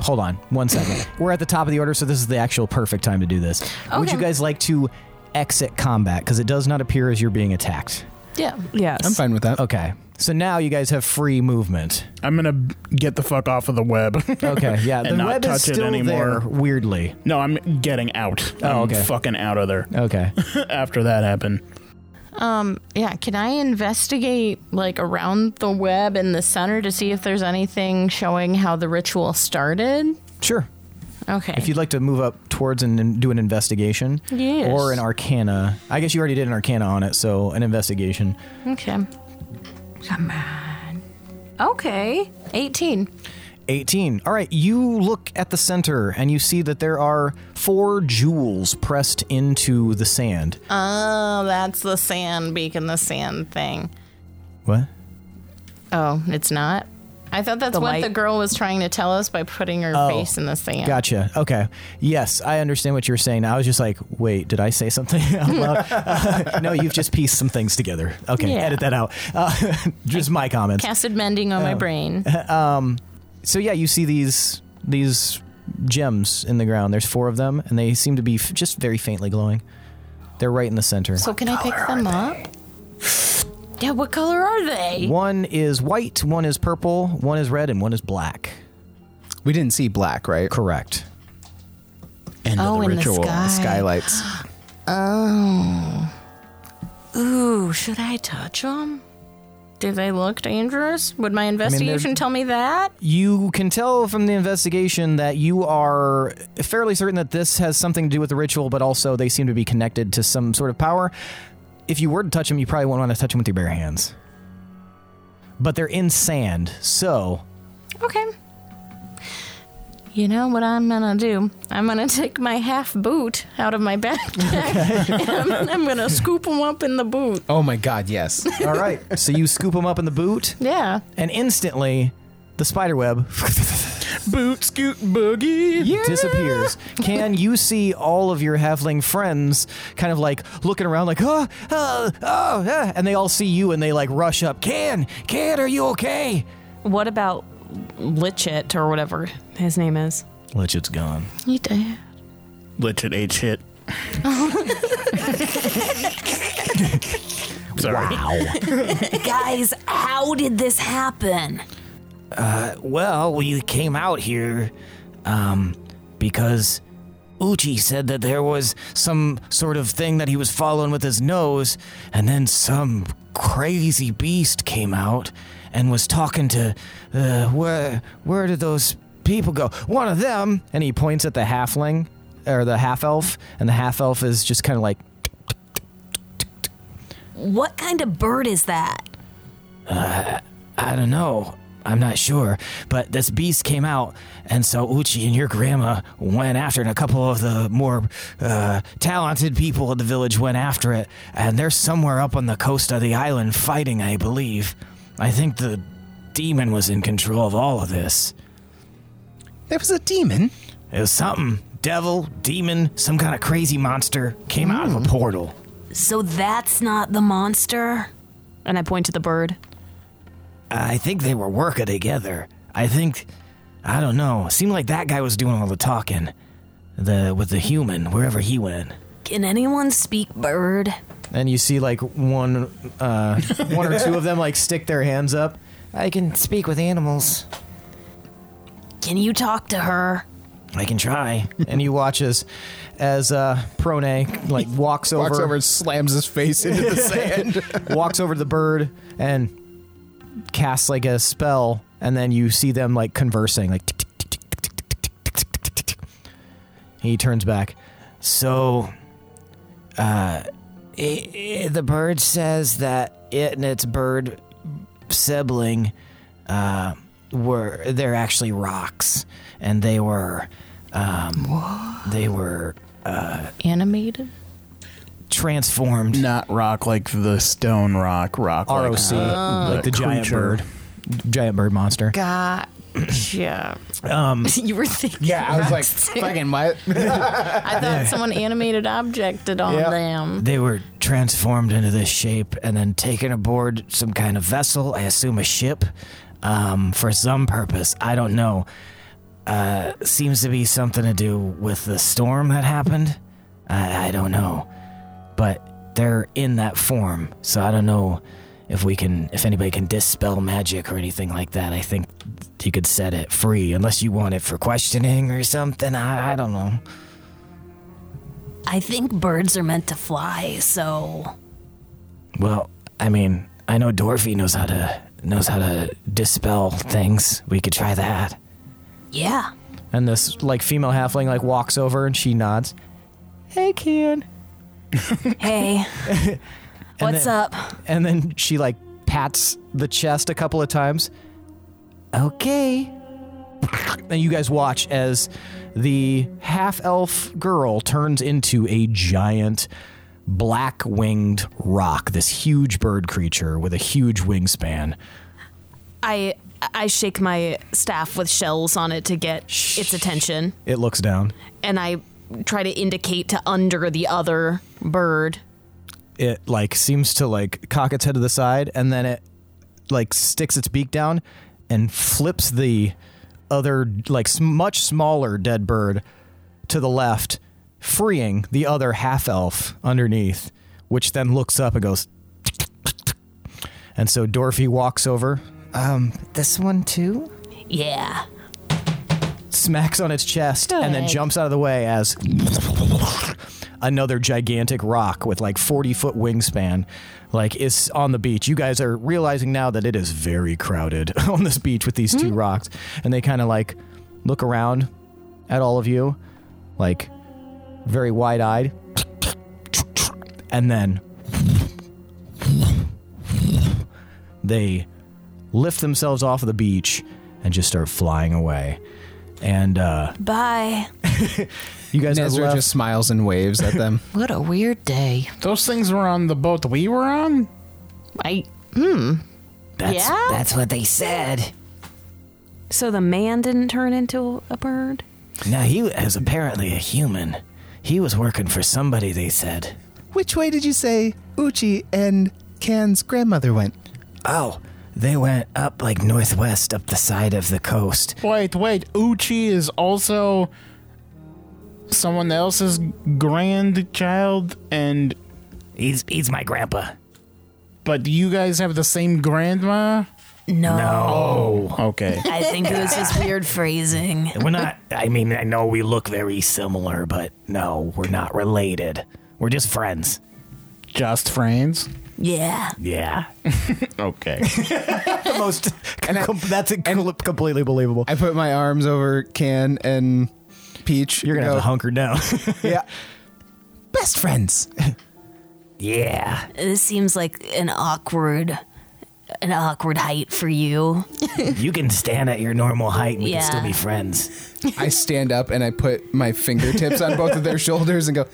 Hold on one second. We're at the top of the order, so this is the actual perfect time to do this. Would you
Okay.
guys like to exit combat? Because it does not appear as you're being attacked.
Yeah.
Yes,
I'm fine with that. Uh,
Okay. So now you guys have free movement.
I'm gonna b- get the fuck off of the web.
Okay. Yeah. the
And not
web is
touch it
still
anymore.
there, weirdly.
no, I'm getting out.
Oh,
I'm
okay.
Fucking out of there.
Okay.
After that happened,
Um, yeah, can I investigate like around the web in the center to see if there's anything showing how the ritual started?
Sure.
Okay.
If you'd like to move up towards and and do an investigation
Yes.
or an arcana, I guess you already did an arcana on it, so an investigation.
okay. Come on. Okay. 18.
18. All right, you look at the center and you see that there are four jewels pressed into the sand.
Oh, that's the sand beacon, the sand thing.
what?
Oh, it's not? I thought that's what
light.
the girl was trying to tell us by putting her face in the sand.
Gotcha. Okay. Yes, I understand what you're saying. I was just like, wait, did I say something out loud? no, you've just pieced some things together. Okay,
Yeah.
edit that out. Uh, just my comments.
Casted mending on my brain.
So yeah, you see these these gems in the ground. There's four of them, and they seem to be f- just very faintly glowing. They're right in the center.
So can I pick them up? Yeah, what color are they?
one is white, one is purple, one is red, and one is black.
We didn't see black, right?
Correct.
End
Oh, in the sky.
Skylights.
Ooh, should I touch them? Do they look dangerous? Would my investigation tell me that?
You can tell from the investigation that you are fairly certain that this has something to do with the ritual, but also they seem to be connected to some sort of power. If you were to touch them, you probably wouldn't want to touch them with your bare hands. But they're in sand, so
Okay. You know what I'm gonna do? I'm gonna take my half boot out of my backpack. and I'm, I'm gonna scoop them up in the boot.
Oh my god, yes.
all right. so you scoop them up in the boot,
Yeah.
and instantly the spider web
boot scoot boogie.
disappears. Can you see all of your halfling friends kind of like looking around like, oh, oh, oh, ah," and they all see you and they like rush up. Can, can, are you okay?
What about Lichet or whatever his name is?
Lichet's gone.
You did.
Legit ate shit. Sorry.
Guys, how did this happen?
Well, we came out here um, because Uchi said that there was some sort of thing that he was following with his nose, and then some crazy beast came out and was talking to. Uh, where where did those people go? One of them, and he points at the halfling or the half elf, and the half elf is just kind of like
What kind of bird is that?
I don't know.
I'm not sure, but this beast came out, and so Uchi and your grandma went after it, and a couple of the more uh, talented people of the village went after it, and they're somewhere up on the coast of the island fighting, I believe. I think the demon was in control of all of this.
There was a demon.
It was something devil, demon, some kind of crazy monster came out of a portal.
So that's not the monster?
And I point to the bird.
I think they were working together. I think I don't know. It seemed like that guy was doing all the talking. The with the human, wherever he went.
Can anyone speak bird?
And you see like one, uh, one or two of them like stick their hands up.
I can speak with animals.
Can you talk to her?
I can try.
And you watch as, as uh, Prone like walks over,
Walks over and slams his face into the sand.
walks over to the bird and casts like a spell. And then you see them like conversing, like. tick, tick, tick, tick, tick, tick, tick, tick, tick, tick, tick, tick. He turns back. uh,
So, uh, i i the bird says that it and its bird sibling uh, were they're actually rocks, and they were um, they were
Animated?
transformed.
Not rock like the stone rock, rock like
ROC, like the giant
creature.
bird, giant bird monster.
Gotcha.
Um,
you were thinking.
Yeah, I was like,
Roxy.
fucking my.
I thought someone animated objected on
Yeah.
them.
They were transformed into this shape and then taken aboard some kind of vessel, I assume a ship, um, for some purpose. I don't know. Uh, seems to be something to do with the storm that happened. I, I don't know. But they're in that form, so I don't know if we can, if anybody can dispel magic or anything like that. I think you could set it free, unless you want it for questioning or something. I, I don't know.
I think birds are meant to fly, so.
Well, I mean, I know Dorothy knows how to knows how to dispel things. We could try that.
Yeah.
And this like female halfling like walks over and she nods. Hey, Kian.
Hey. What's
then-
up?
And then she like pats the chest a couple of times. Okay. And you guys watch as the half elf girl turns into a giant black winged rock, this huge bird creature with a huge wingspan.
I I shake my staff with shells on it to get its attention,
It looks down.
and I try to indicate to under the other bird.
it like seems to like cock its head to the side and then it like sticks its beak down and flips the other like s- much smaller dead bird to the left freeing the other half elf underneath which then looks up and goes and so Dorothy walks over um this one too
Yeah.
smacks on its chest and then jumps out of the way as another gigantic rock with like 40 foot wingspan like is on the beach you guys are realizing now that it is very crowded on this beach with these two rocks and they kind of like look around at all of you like very wide eyed and then they lift themselves off of the beach and just start flying away and uh,
Bye.
you guys are
Ezra
left.
just smiles and waves at them.
What a weird day.
Those things were on the boat we were on?
I
That's
Yeah?
that's what they said.
So the man didn't turn into a bird.
No, he was apparently a human. He was working for somebody. They said.
Which way did you say Uchi and Can's grandmother went?
Oh, they went up like northwest up the side of the coast.
Wait, wait. Uchi is also someone else's grandchild, and
He's he's my grandpa.
but you guys have the same grandma.
No.
Okay.
I think it was just weird phrasing.
Oh.
We're not. I mean, I know we look very similar, but no, we're not related. We're just friends.
Just friends.
Yeah.
Yeah.
Okay.
the most. com- that's a- completely believable.
I put my arms over Can and Peach.
You're gonna have
Go,
to hunker down.
Yeah.
Best friends.
yeah.
This seems like an awkward an awkward height for you.
You can stand at your normal height and we can still
Yeah.
be friends.
I stand up and I put my fingertips on both of their shoulders and go,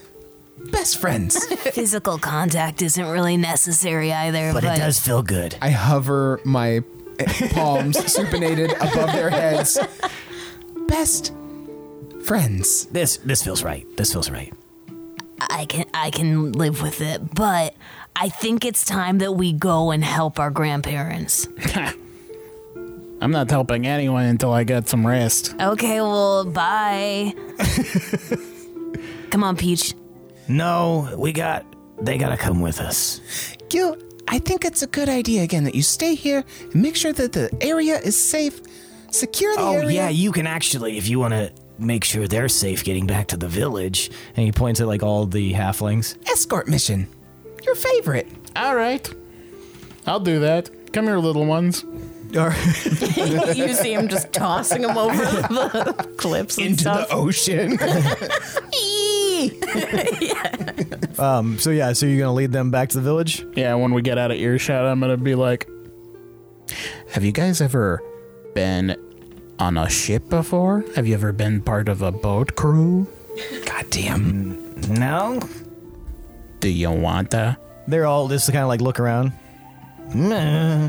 best friends.
Physical contact isn't really necessary either,
But
but,
it does feel good.
I hover my palms supinated above their heads. Best friends.
This this feels right. This feels right.
I can I can live with it. But I think it's time that we go and help our grandparents.
I'm not helping anyone until I get some rest.
Okay, well, bye. Come on, Peach.
No, we got they gotta come with us.
Gil, I think it's a good idea again that you stay here and make sure that the area is safe. Secure the
Oh
area.
yeah, you can actually if you wanna make sure they're safe getting back to the village.
And he points at like all the halflings.
Escort mission. Your favorite.
All right. I'll do that. Come here, little ones.
you see him just tossing him over the clips and stuff.
ocean.
So yeah, so you're gonna lead them back to the village?
Yeah, when we get out of earshot, I'm going to be like, Have you guys ever been on a ship before? Have you ever been part of a boat crew?
Goddamn.
No?
Do you want to?
They're all just kind of like look around.
Meh.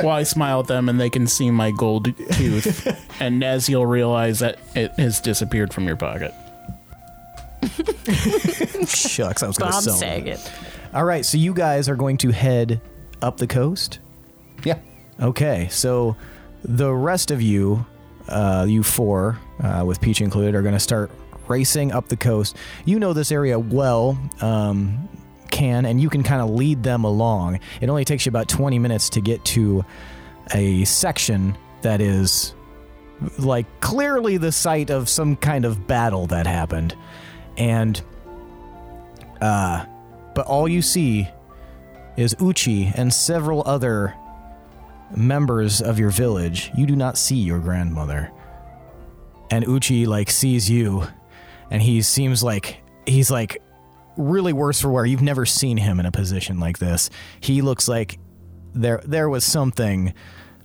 Well, I smile at them and they can see my gold tooth. and as you'll realize that it has disappeared from your pocket.
Shucks, I was gonna
Bob
sell. them.
Saget.
All right, so you guys are going to head up the coast.
yeah.
Okay, so the rest of you, uh, you four, uh, with Peach included, are going to start racing up the coast. You know this area well, um, can, and you can kind of lead them along. It only takes you about 20 minutes to get to a section that is like clearly the site of some kind of battle that happened. And, uh, but all you see is Uchi and several other members of your village, you do not see your grandmother. And Uchi like sees you and he seems like he's like really worse for wear. You've never seen him in a position like this. He looks like there there was something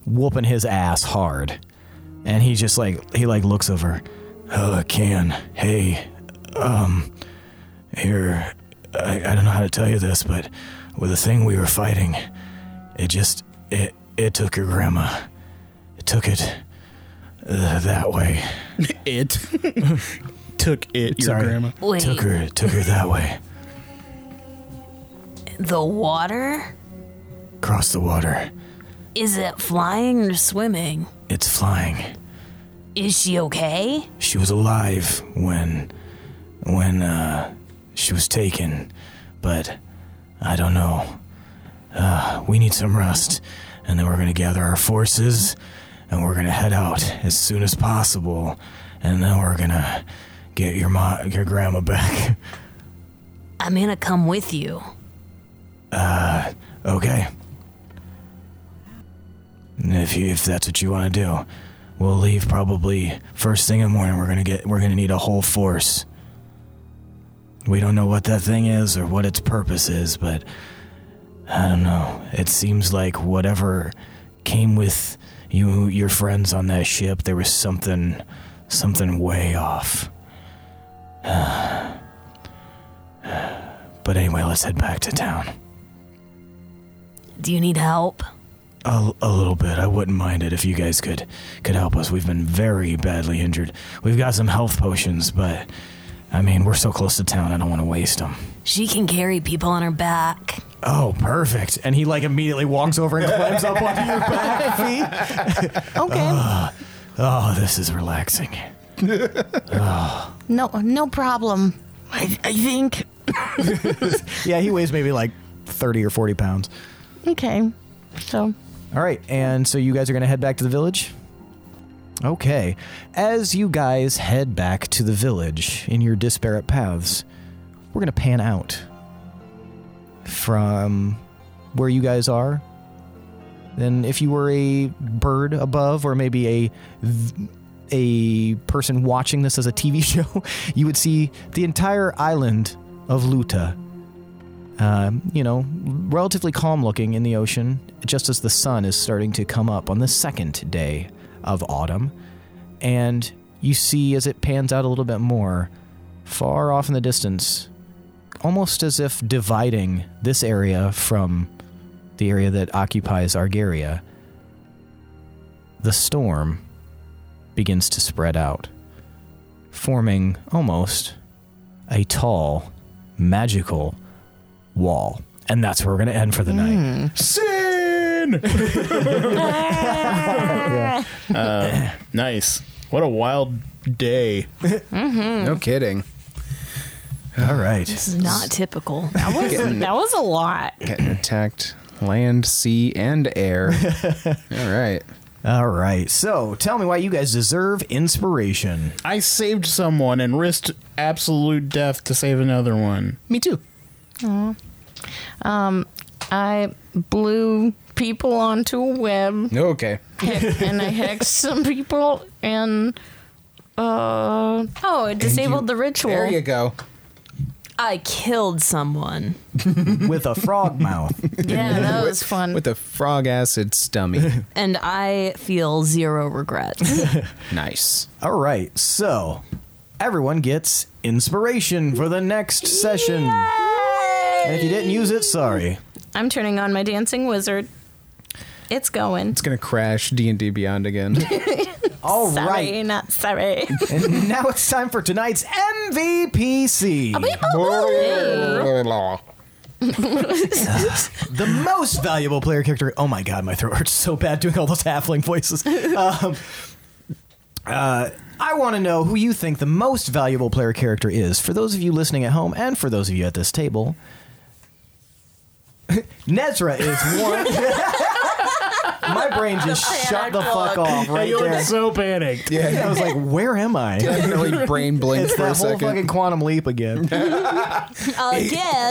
whooping his ass hard. And he's just like he like looks over. Oh, can. Hey, um here I, I don't know how to tell you this, but with the thing we were fighting, it just it it took your grandma. It took it uh, that way.
It took it, your
Sorry.
grandma.
Wait,
Took her took her that way.
the water?
Across the water.
Is it flying or swimming?
It's flying.
Is she okay?
She was alive when when uh she was taken, but I don't know. Uh, we need some rest, and then we're gonna gather our forces, and we're gonna head out as soon as possible, and then we're gonna get your ma- your grandma back.
I'm gonna come with you.
Okay. If you, if that's what you want to do, we'll leave probably first thing in the morning. We're gonna get we're gonna need a whole force. We don't know what that thing is or what its purpose is, but I don't know. It seems like whatever came with you your friends on that ship, there was something something way off. But anyway, let's head back to town.
Do you need help?
A, a little bit. I wouldn't mind it if you guys could could help us. We've been very badly injured. We've got some health potions, but I mean, we're so close to town. I don't want to waste them.
She can carry people on her back.
Oh, perfect! And he like immediately walks over and climbs up onto your back feet.
Okay.
Oh, this is relaxing.
no, no problem. I, I think.
Yeah, he weighs maybe like thirty or forty pounds.
Okay. So
All right, and so you guys are going to head back to the village? Okay. As you guys head back to the village in your disparate paths, we're going to pan out from where you guys are. Then if you were a bird above or maybe a a person watching this as a TV show, you would see the entire island of Luta uh, you know, relatively calm looking in the ocean, just as the sun is starting to come up on the second day of autumn. And you see, as it pans out a little bit more, far off in the distance, almost as if dividing this area from the area that occupies Argaria, the storm begins to spread out, forming almost a tall, magical wall. And that's where we're going to end for the night.
Sin. Uh, nice. What a wild day.
No
Hmm.
kidding.
All right.
Not typical.
That was, that was a lot.
Getting attacked land, sea, and air. All right.
All right. So tell me why you guys deserve inspiration.
I saved someone and risked absolute death to save another one.
Me too.
I blew people onto a web
Okay.
and I hexed some people and uh oh, it disabled the ritual.
There you go.
I killed someone.
With a frog mouth.
Yeah, that was fun.
With a frog acid stummy.
And I feel zero regrets.
nice.
All right. So everyone gets inspiration for the next session. And if you didn't use it, sorry.
I'm turning on my dancing wizard. It's going.
It's gonna crash D and D Beyond again.
All
Sorry,
right.
not sorry.
And now it's time for tonight's MVPC. the most valuable player character. Oh my god, my throat hurts so bad doing all those halfling voices. Um, uh, I want to know who you think the most valuable player character is. For those of you listening at home, and for those of you at this table, Nezra is one. my brain just shut the fuck off right
you
there.
look so panicked.
I was like, where am I?
Definitely brain blinked
It's
for a
that whole fucking
second.
quantum leap again.
Again.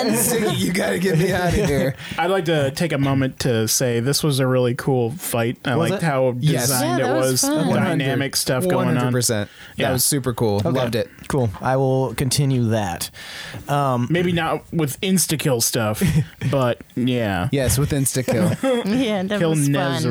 Ziggy, you gotta get me out of here.
I'd like to take a moment to say this was a really cool fight. I
Was
liked
it?
how
Yes.
designed
Yeah,
it
that was
was,
fun.
dynamic stuff going on.
100%. That
Yeah.
was super cool. Loved it.
Cool. I will continue that.
Maybe not with insta kill stuff, but yeah.
Yes, with insta kill.
yeah, that
Kill
was fun.
Nezra.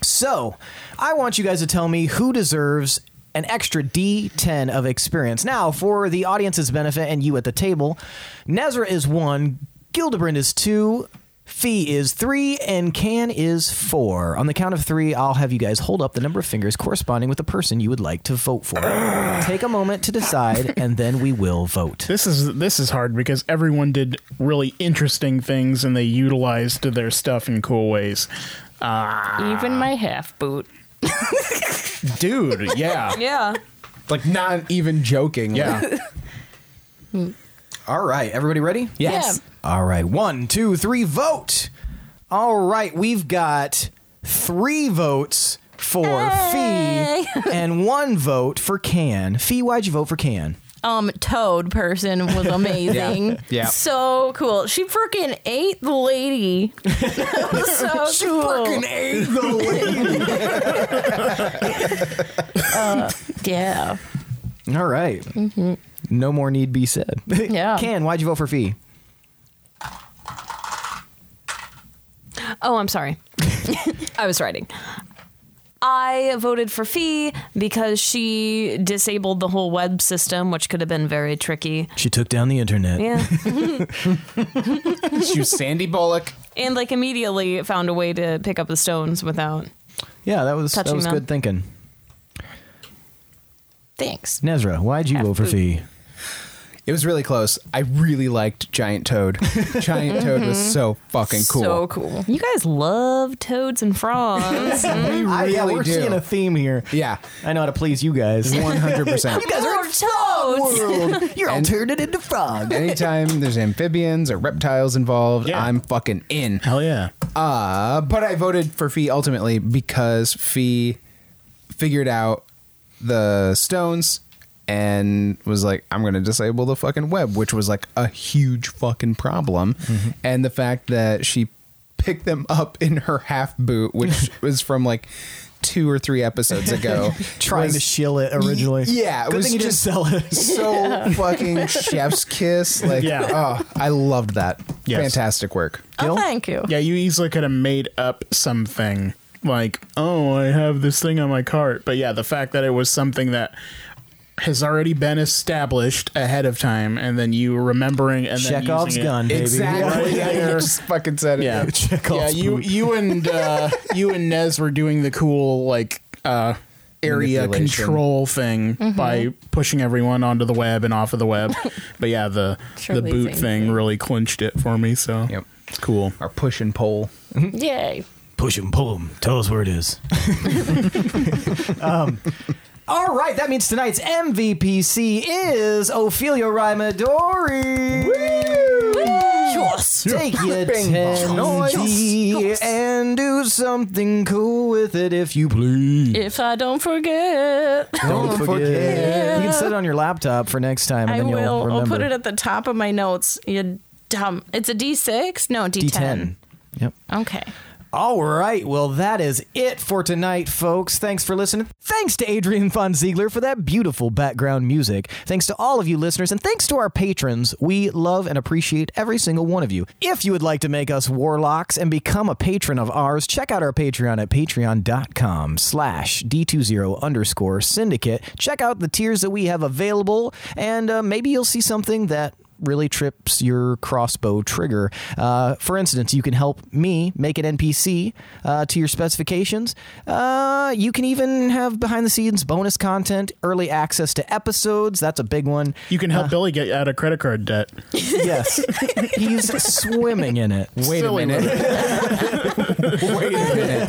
So, I want you guys to tell me who deserves an extra D10 of experience. Now, for the audience's benefit and you at the table, Nezra is one, Gildebrand is two, Fee is three, and Can is four. On the count of three, I'll have you guys hold up the number of fingers corresponding with the person you would like to vote for. Take a moment to decide, and then we will vote.
This is this is hard because everyone did really interesting things and they utilized their stuff in cool ways.
Even my half boot.
Dude, yeah.
Yeah.
like not even joking.
Yeah.
All right, everybody ready?
Yes.
All right, one, two, three, vote. All right, we've got three votes for Fee and one vote for Can. Fee, why'd you vote for Can?
Um, Toad person was amazing.
Yeah.
So cool. She freaking ate the lady. That was so cool. Yeah.
All right. No more need be said.
Yeah.
Can, why'd you vote for Fee?
Oh, I'm sorry. I was writing. I voted for Fee because she disabled the whole web system, which could have been very tricky.
She took down the internet.
Yeah.
Shoot Sandy Bullock.
and like immediately found a way to pick up the stones without.
Yeah, that was that
Touching
was
them.
good thinking.
Thanks.
Nezra, why'd you vote for Fee?
It was really close. I really liked Giant Toad. Giant Toad was so fucking cool.
So Oh, cool.
You guys love toads and frogs.
we really
I, yeah, we're
do.
seeing a theme here.
yeah,
I know how to please you guys.
one hundred percent.
Or toads.
world. You're all turned it into frog.
Anytime there's amphibians or reptiles involved,
Yeah.
I'm fucking in.
Hell yeah.
Uh, but I voted for Fee ultimately because Fee figured out the stones and was like, I'm going to disable
Mm-hmm.
the fucking web, which was like a huge fucking problem. And the fact that she pick them up in her half boot, which was from like two or three episodes ago.
trying to
was-
shill it originally.
Yeah, it
Good
was
thing you just
just-
sell it.
so fucking chef's kiss. Like,
Yeah.
oh, I loved that.
Yes.
Fantastic work.
Oh, thank you.
Yeah, you easily could have made up something like, "Oh, I have this thing on my cart." But yeah, the fact that it was something that has already been established ahead of time, and then you remembering and then
Chekhov's
using it.
gun, baby.
Exactly.
Yeah.
you just fucking said it.
Yeah, yeah.
Chekhov's
You
boot.
you and uh, you and Nez were doing the cool like uh, area
Manipulation.
control thing by pushing everyone onto the web and off of the web. but yeah, the the
Surely
boot
same
thing really clinched it for me. So
Yep.
it's cool.
Our push and pull.
Yay.
Push him, pull him. Tell us where it is.
Um, All right, that means tonight's MVPC is Ophelia Rymadori. Take your ten noisy and do something cool with it if you please.
If I don't forget,
Don't forget. You can set it on your laptop for next time, and
I
then you'll
will.
remember.
I'll put it at the top of my notes. You dumb. It's a D6? No, D10.
D10. Yep.
Okay.
All right. Well, that is it for tonight, folks. Thanks for listening. Thanks to Adrian Von Ziegler for that beautiful background music. Thanks to all of you listeners, and thanks to our patrons. We love and appreciate every single one of you. If you would like to make us warlocks and become a patron of ours, check out our Patreon at patreon.com slash D20 underscore syndicate. Check out the tiers that we have available, and uh, maybe you'll see something that really trips your crossbow trigger. Uh, for instance, you can help me make an NPC uh, to your specifications. Uh, you can even have behind the scenes bonus content, early access to episodes. That's a big one.
You can help Billy get out of credit card debt.
Yes. He's swimming in it.
Wait a minute. Wait a minute.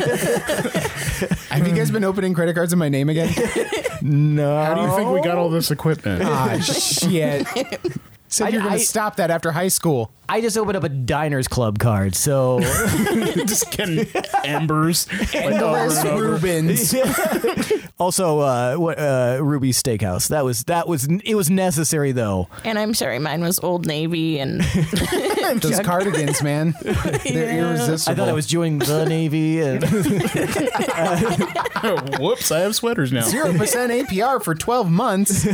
Have you guys been opening credit cards in my name again?
How do you think we got all this equipment?
ah, shit. Said
I-
you're gonna
I-
stop that after high school.
I just opened up a Diners Club card, so
just getting embers. Like,
Where's
over and over.
Rubens?
also uh, what, uh, Ruby Steakhouse. That was that was it was necessary though.
And I'm sorry, mine was Old Navy and
Those cardigans, man. They're irresistible.
I thought I was joining the Navy and.
Whoops, I have sweaters now.
zero percent APR for twelve months.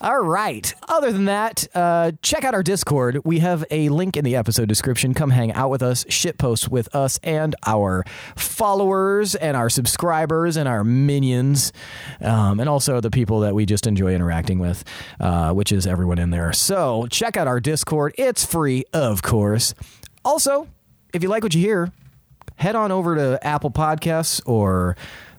All right. Other than that, uh, check out our Discord. We have a link in the episode description. Come hang out with us, shitpost with us, and our followers, and our subscribers, and our minions, um, and also the people that we just enjoy interacting with, uh, which is everyone in there. So check out our Discord. It's free, of course. Also, if you like what you hear, head on over to Apple Podcasts or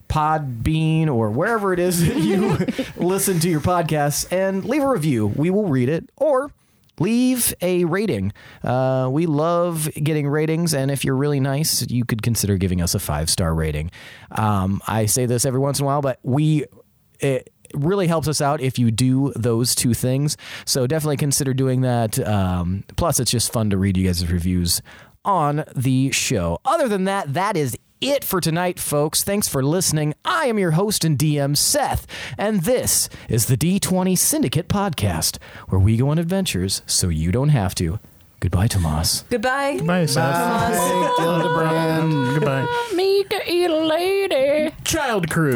Podbean or wherever it is that you listen to your podcasts and leave a review. We will read it or leave a rating. Uh, we love getting ratings, and if you're really nice, you could consider giving us a five star rating. Um, I say this every once in a while, but we. It, really helps us out if you do those two things so definitely consider doing that um, plus it's just fun to read you guys' reviews on the show. Other than that, that is it for tonight, folks. Thanks for listening. I am your host and DM, Seth, and this is the D20 Syndicate Podcast, where we go on adventures so you don't have to. Goodbye, Tomas.
Goodbye.
Bye, Seth.
Hildebrand.
Goodbye.
meet the eat lady.
Child crew.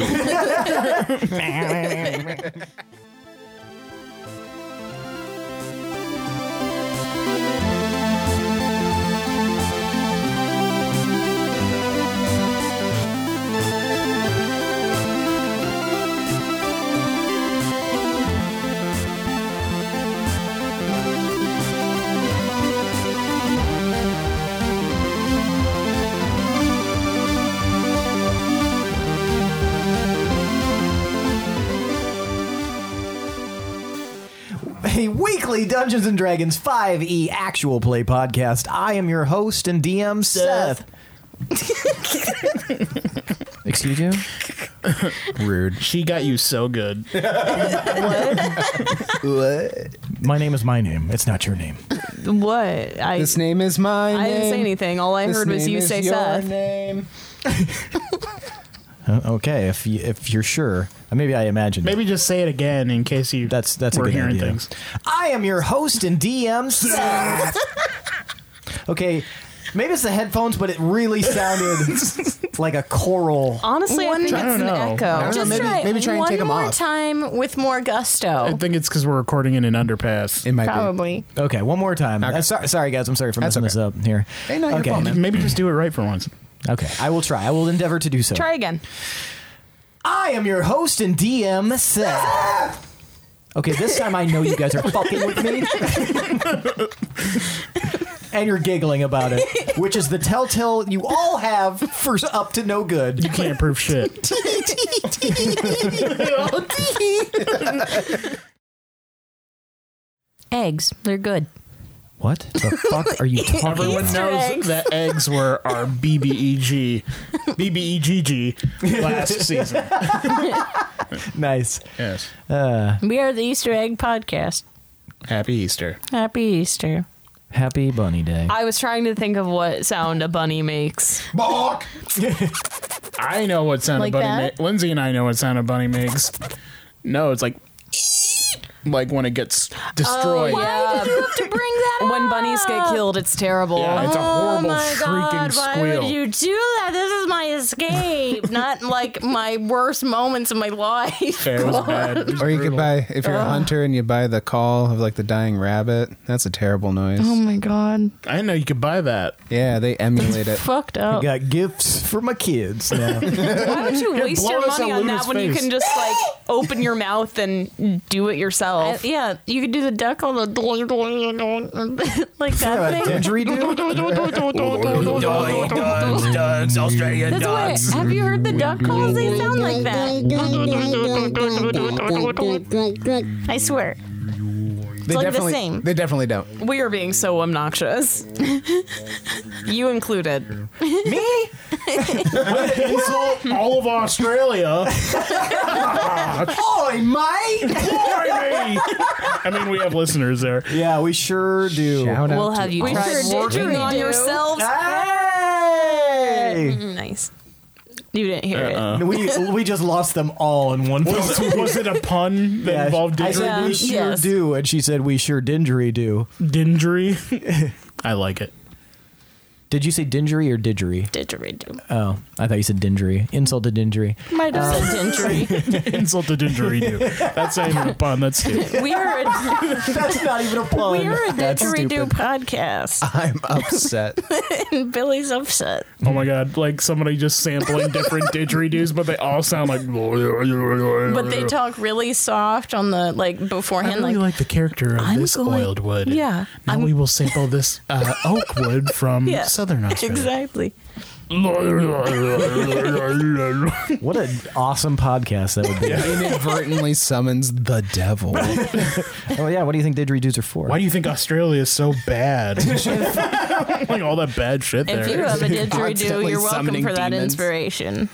a weekly Dungeons and Dragons 5e actual play podcast. I am your host and DM, Seth. Excuse you?
Rude.
she got you so good.
My name is my name. It's not your name.
What? I,
This name is mine.
I didn't say anything. All I
This
heard was
name
you
is
say
your
Seth.
Name.
Uh, okay, if you, if you're sure, Uh, maybe I imagined. it.
Maybe just say it again in case you
That's that's a
were
good
hearing
idea.
things.
I am your host and DM. Seth. okay, Maybe it's the headphones, but it really sounded like a choral.
Honestly, I
One
think
gets
don't
an
know. I
echo.
don't
Just
maybe-
try
maybe try and
one
take 'em
more
off.
time with more
I
gusto.
think it's because we're recording in an underpass.
It might
Probably.
Okay, one more time. Uh, so- sorry, guys. I'm sorry for
That's
messing this up here.
Hey, no, you're
okay,
fine, man.
Maybe just do it right for once.
okay. I will try. I will endeavor to do so.
try again.
I am your host and DM, Seth. Okay, this time I know you guys are fucking with me. and you're giggling about it, which is the telltale you all have for up to no good.
You can't prove shit.
Eggs, they're good.
What the fuck are you talking
Everyone
about?
knows that eggs were our E BBEG, BBEGG E last season.
Nice.
Yes.
Uh,
We are the Easter egg podcast.
Happy Easter.
Happy Easter.
Happy Bunny Day.
I was trying to think of what sound a bunny makes.
I know what sound
Like
a bunny
that?
makes. Lindsay and I know what sound a bunny makes. No, it's like like when it gets destroyed.
Oh,
yeah. Uh, when bunnies get killed, it's terrible.
Yeah,
Oh
it's a horrible shrieking squeal.
would you do that? This is my escape, not like my worst moments of my life.
Yeah, it was bad. It was
Or you could
brutal.
buy if you're a hunter and you buy the call of like the dying rabbit. That's a terrible noise.
Oh my god,
I didn't know you could buy that.
yeah, they emulate it.
fucked up.
got gifts for my kids now.
Why would you waste
blow
your
us
money
on
on
Luna's
that when you
face.
can just like open your mouth and do it yourself?
yeah, you could do the duck on the like that thing.
Didgeridoo?
Dogs, dogs, Australian
That's why.
dogs.
Have you heard the duck calls? They sound like that. I swear.
They
like the
definitely-
same.
They definitely don't.
We are being so obnoxious. you included.
Insult all of Australia.
Oi, mate!
Why me? I mean, we have listeners there.
Yeah, we sure do.
Shout out
We'll
to-
have you
We
try
sure
working
didgeridoo.
on yourselves.
Hey!
Nice.
You didn't hear it.
We, we just lost them all in one
Uh, Was,
place.
was it a pun that
Yeah,
involved
I said we
didgeridoo?
sure
Yes.
do, and she said we sure dingery do.
Dingery? I like it.
Did you say dingery or didgery?
Didgeridoo.
Oh, I thought you said dingery. Insult to dingery.
Might have said injury.
Insult to didgeridoo. That's not even a pun. That's stupid.
We are a,
That's not even a pun.
we are a
That's
didgeridoo
stupid.
podcast.
I'm upset.
And Billy's upset.
Oh my god! Like somebody just sampling different didgeridoos, but they all sound like.
But
But
they talk really soft on the like
I
beforehand,
really
like,
like the character of
I'm
this
going-
oiled wood.
Yeah,
Now we will sample this uh, oak wood from
Yeah,
southern Australia.
exactly.
What an awesome podcast that would be.
Inadvertently summons the devil.
Oh, yeah. What do you think didgeridoos are for?
Why do you think Australia is so bad? like all that bad shit there.
If you have a didgeridoo,
Constantly
you're welcome
summoning
for that
demons.
inspiration.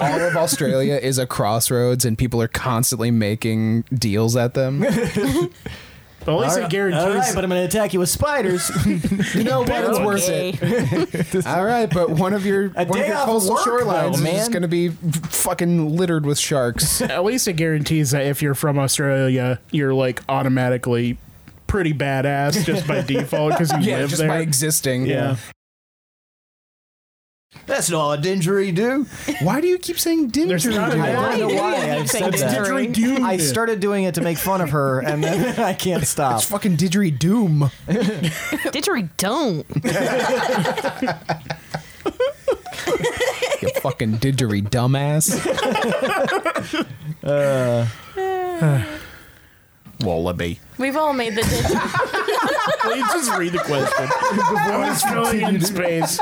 All of Australia is a crossroads, and people are constantly making deals at them.
But at least
All
it
right-
guarantees.
All right, but I'm going to attack you with spiders.
You know what? It's worth it. All right, but one of your
A
one of
day
your
off
coastal
work,
shorelines
though,
is
man.
just going to be f- fucking littered with sharks.
at least it guarantees that if you're from Australia, you're like automatically pretty badass just by default because you
yeah,
live
just
there.
by existing.
yeah.
That's not a didgeridoo.
Why do you keep saying
There's not
I
a
didgeridoo?
don't know why I said that.
didgeridoo.
I started doing it to make fun of her, and then I can't stop.
It's fucking didgeridoom.
Didgeridoo.
You fucking didgeridoo dumbass. Uh,
wallaby.
We've all made the didgeridoo.
Please just read the question. I was filling in space.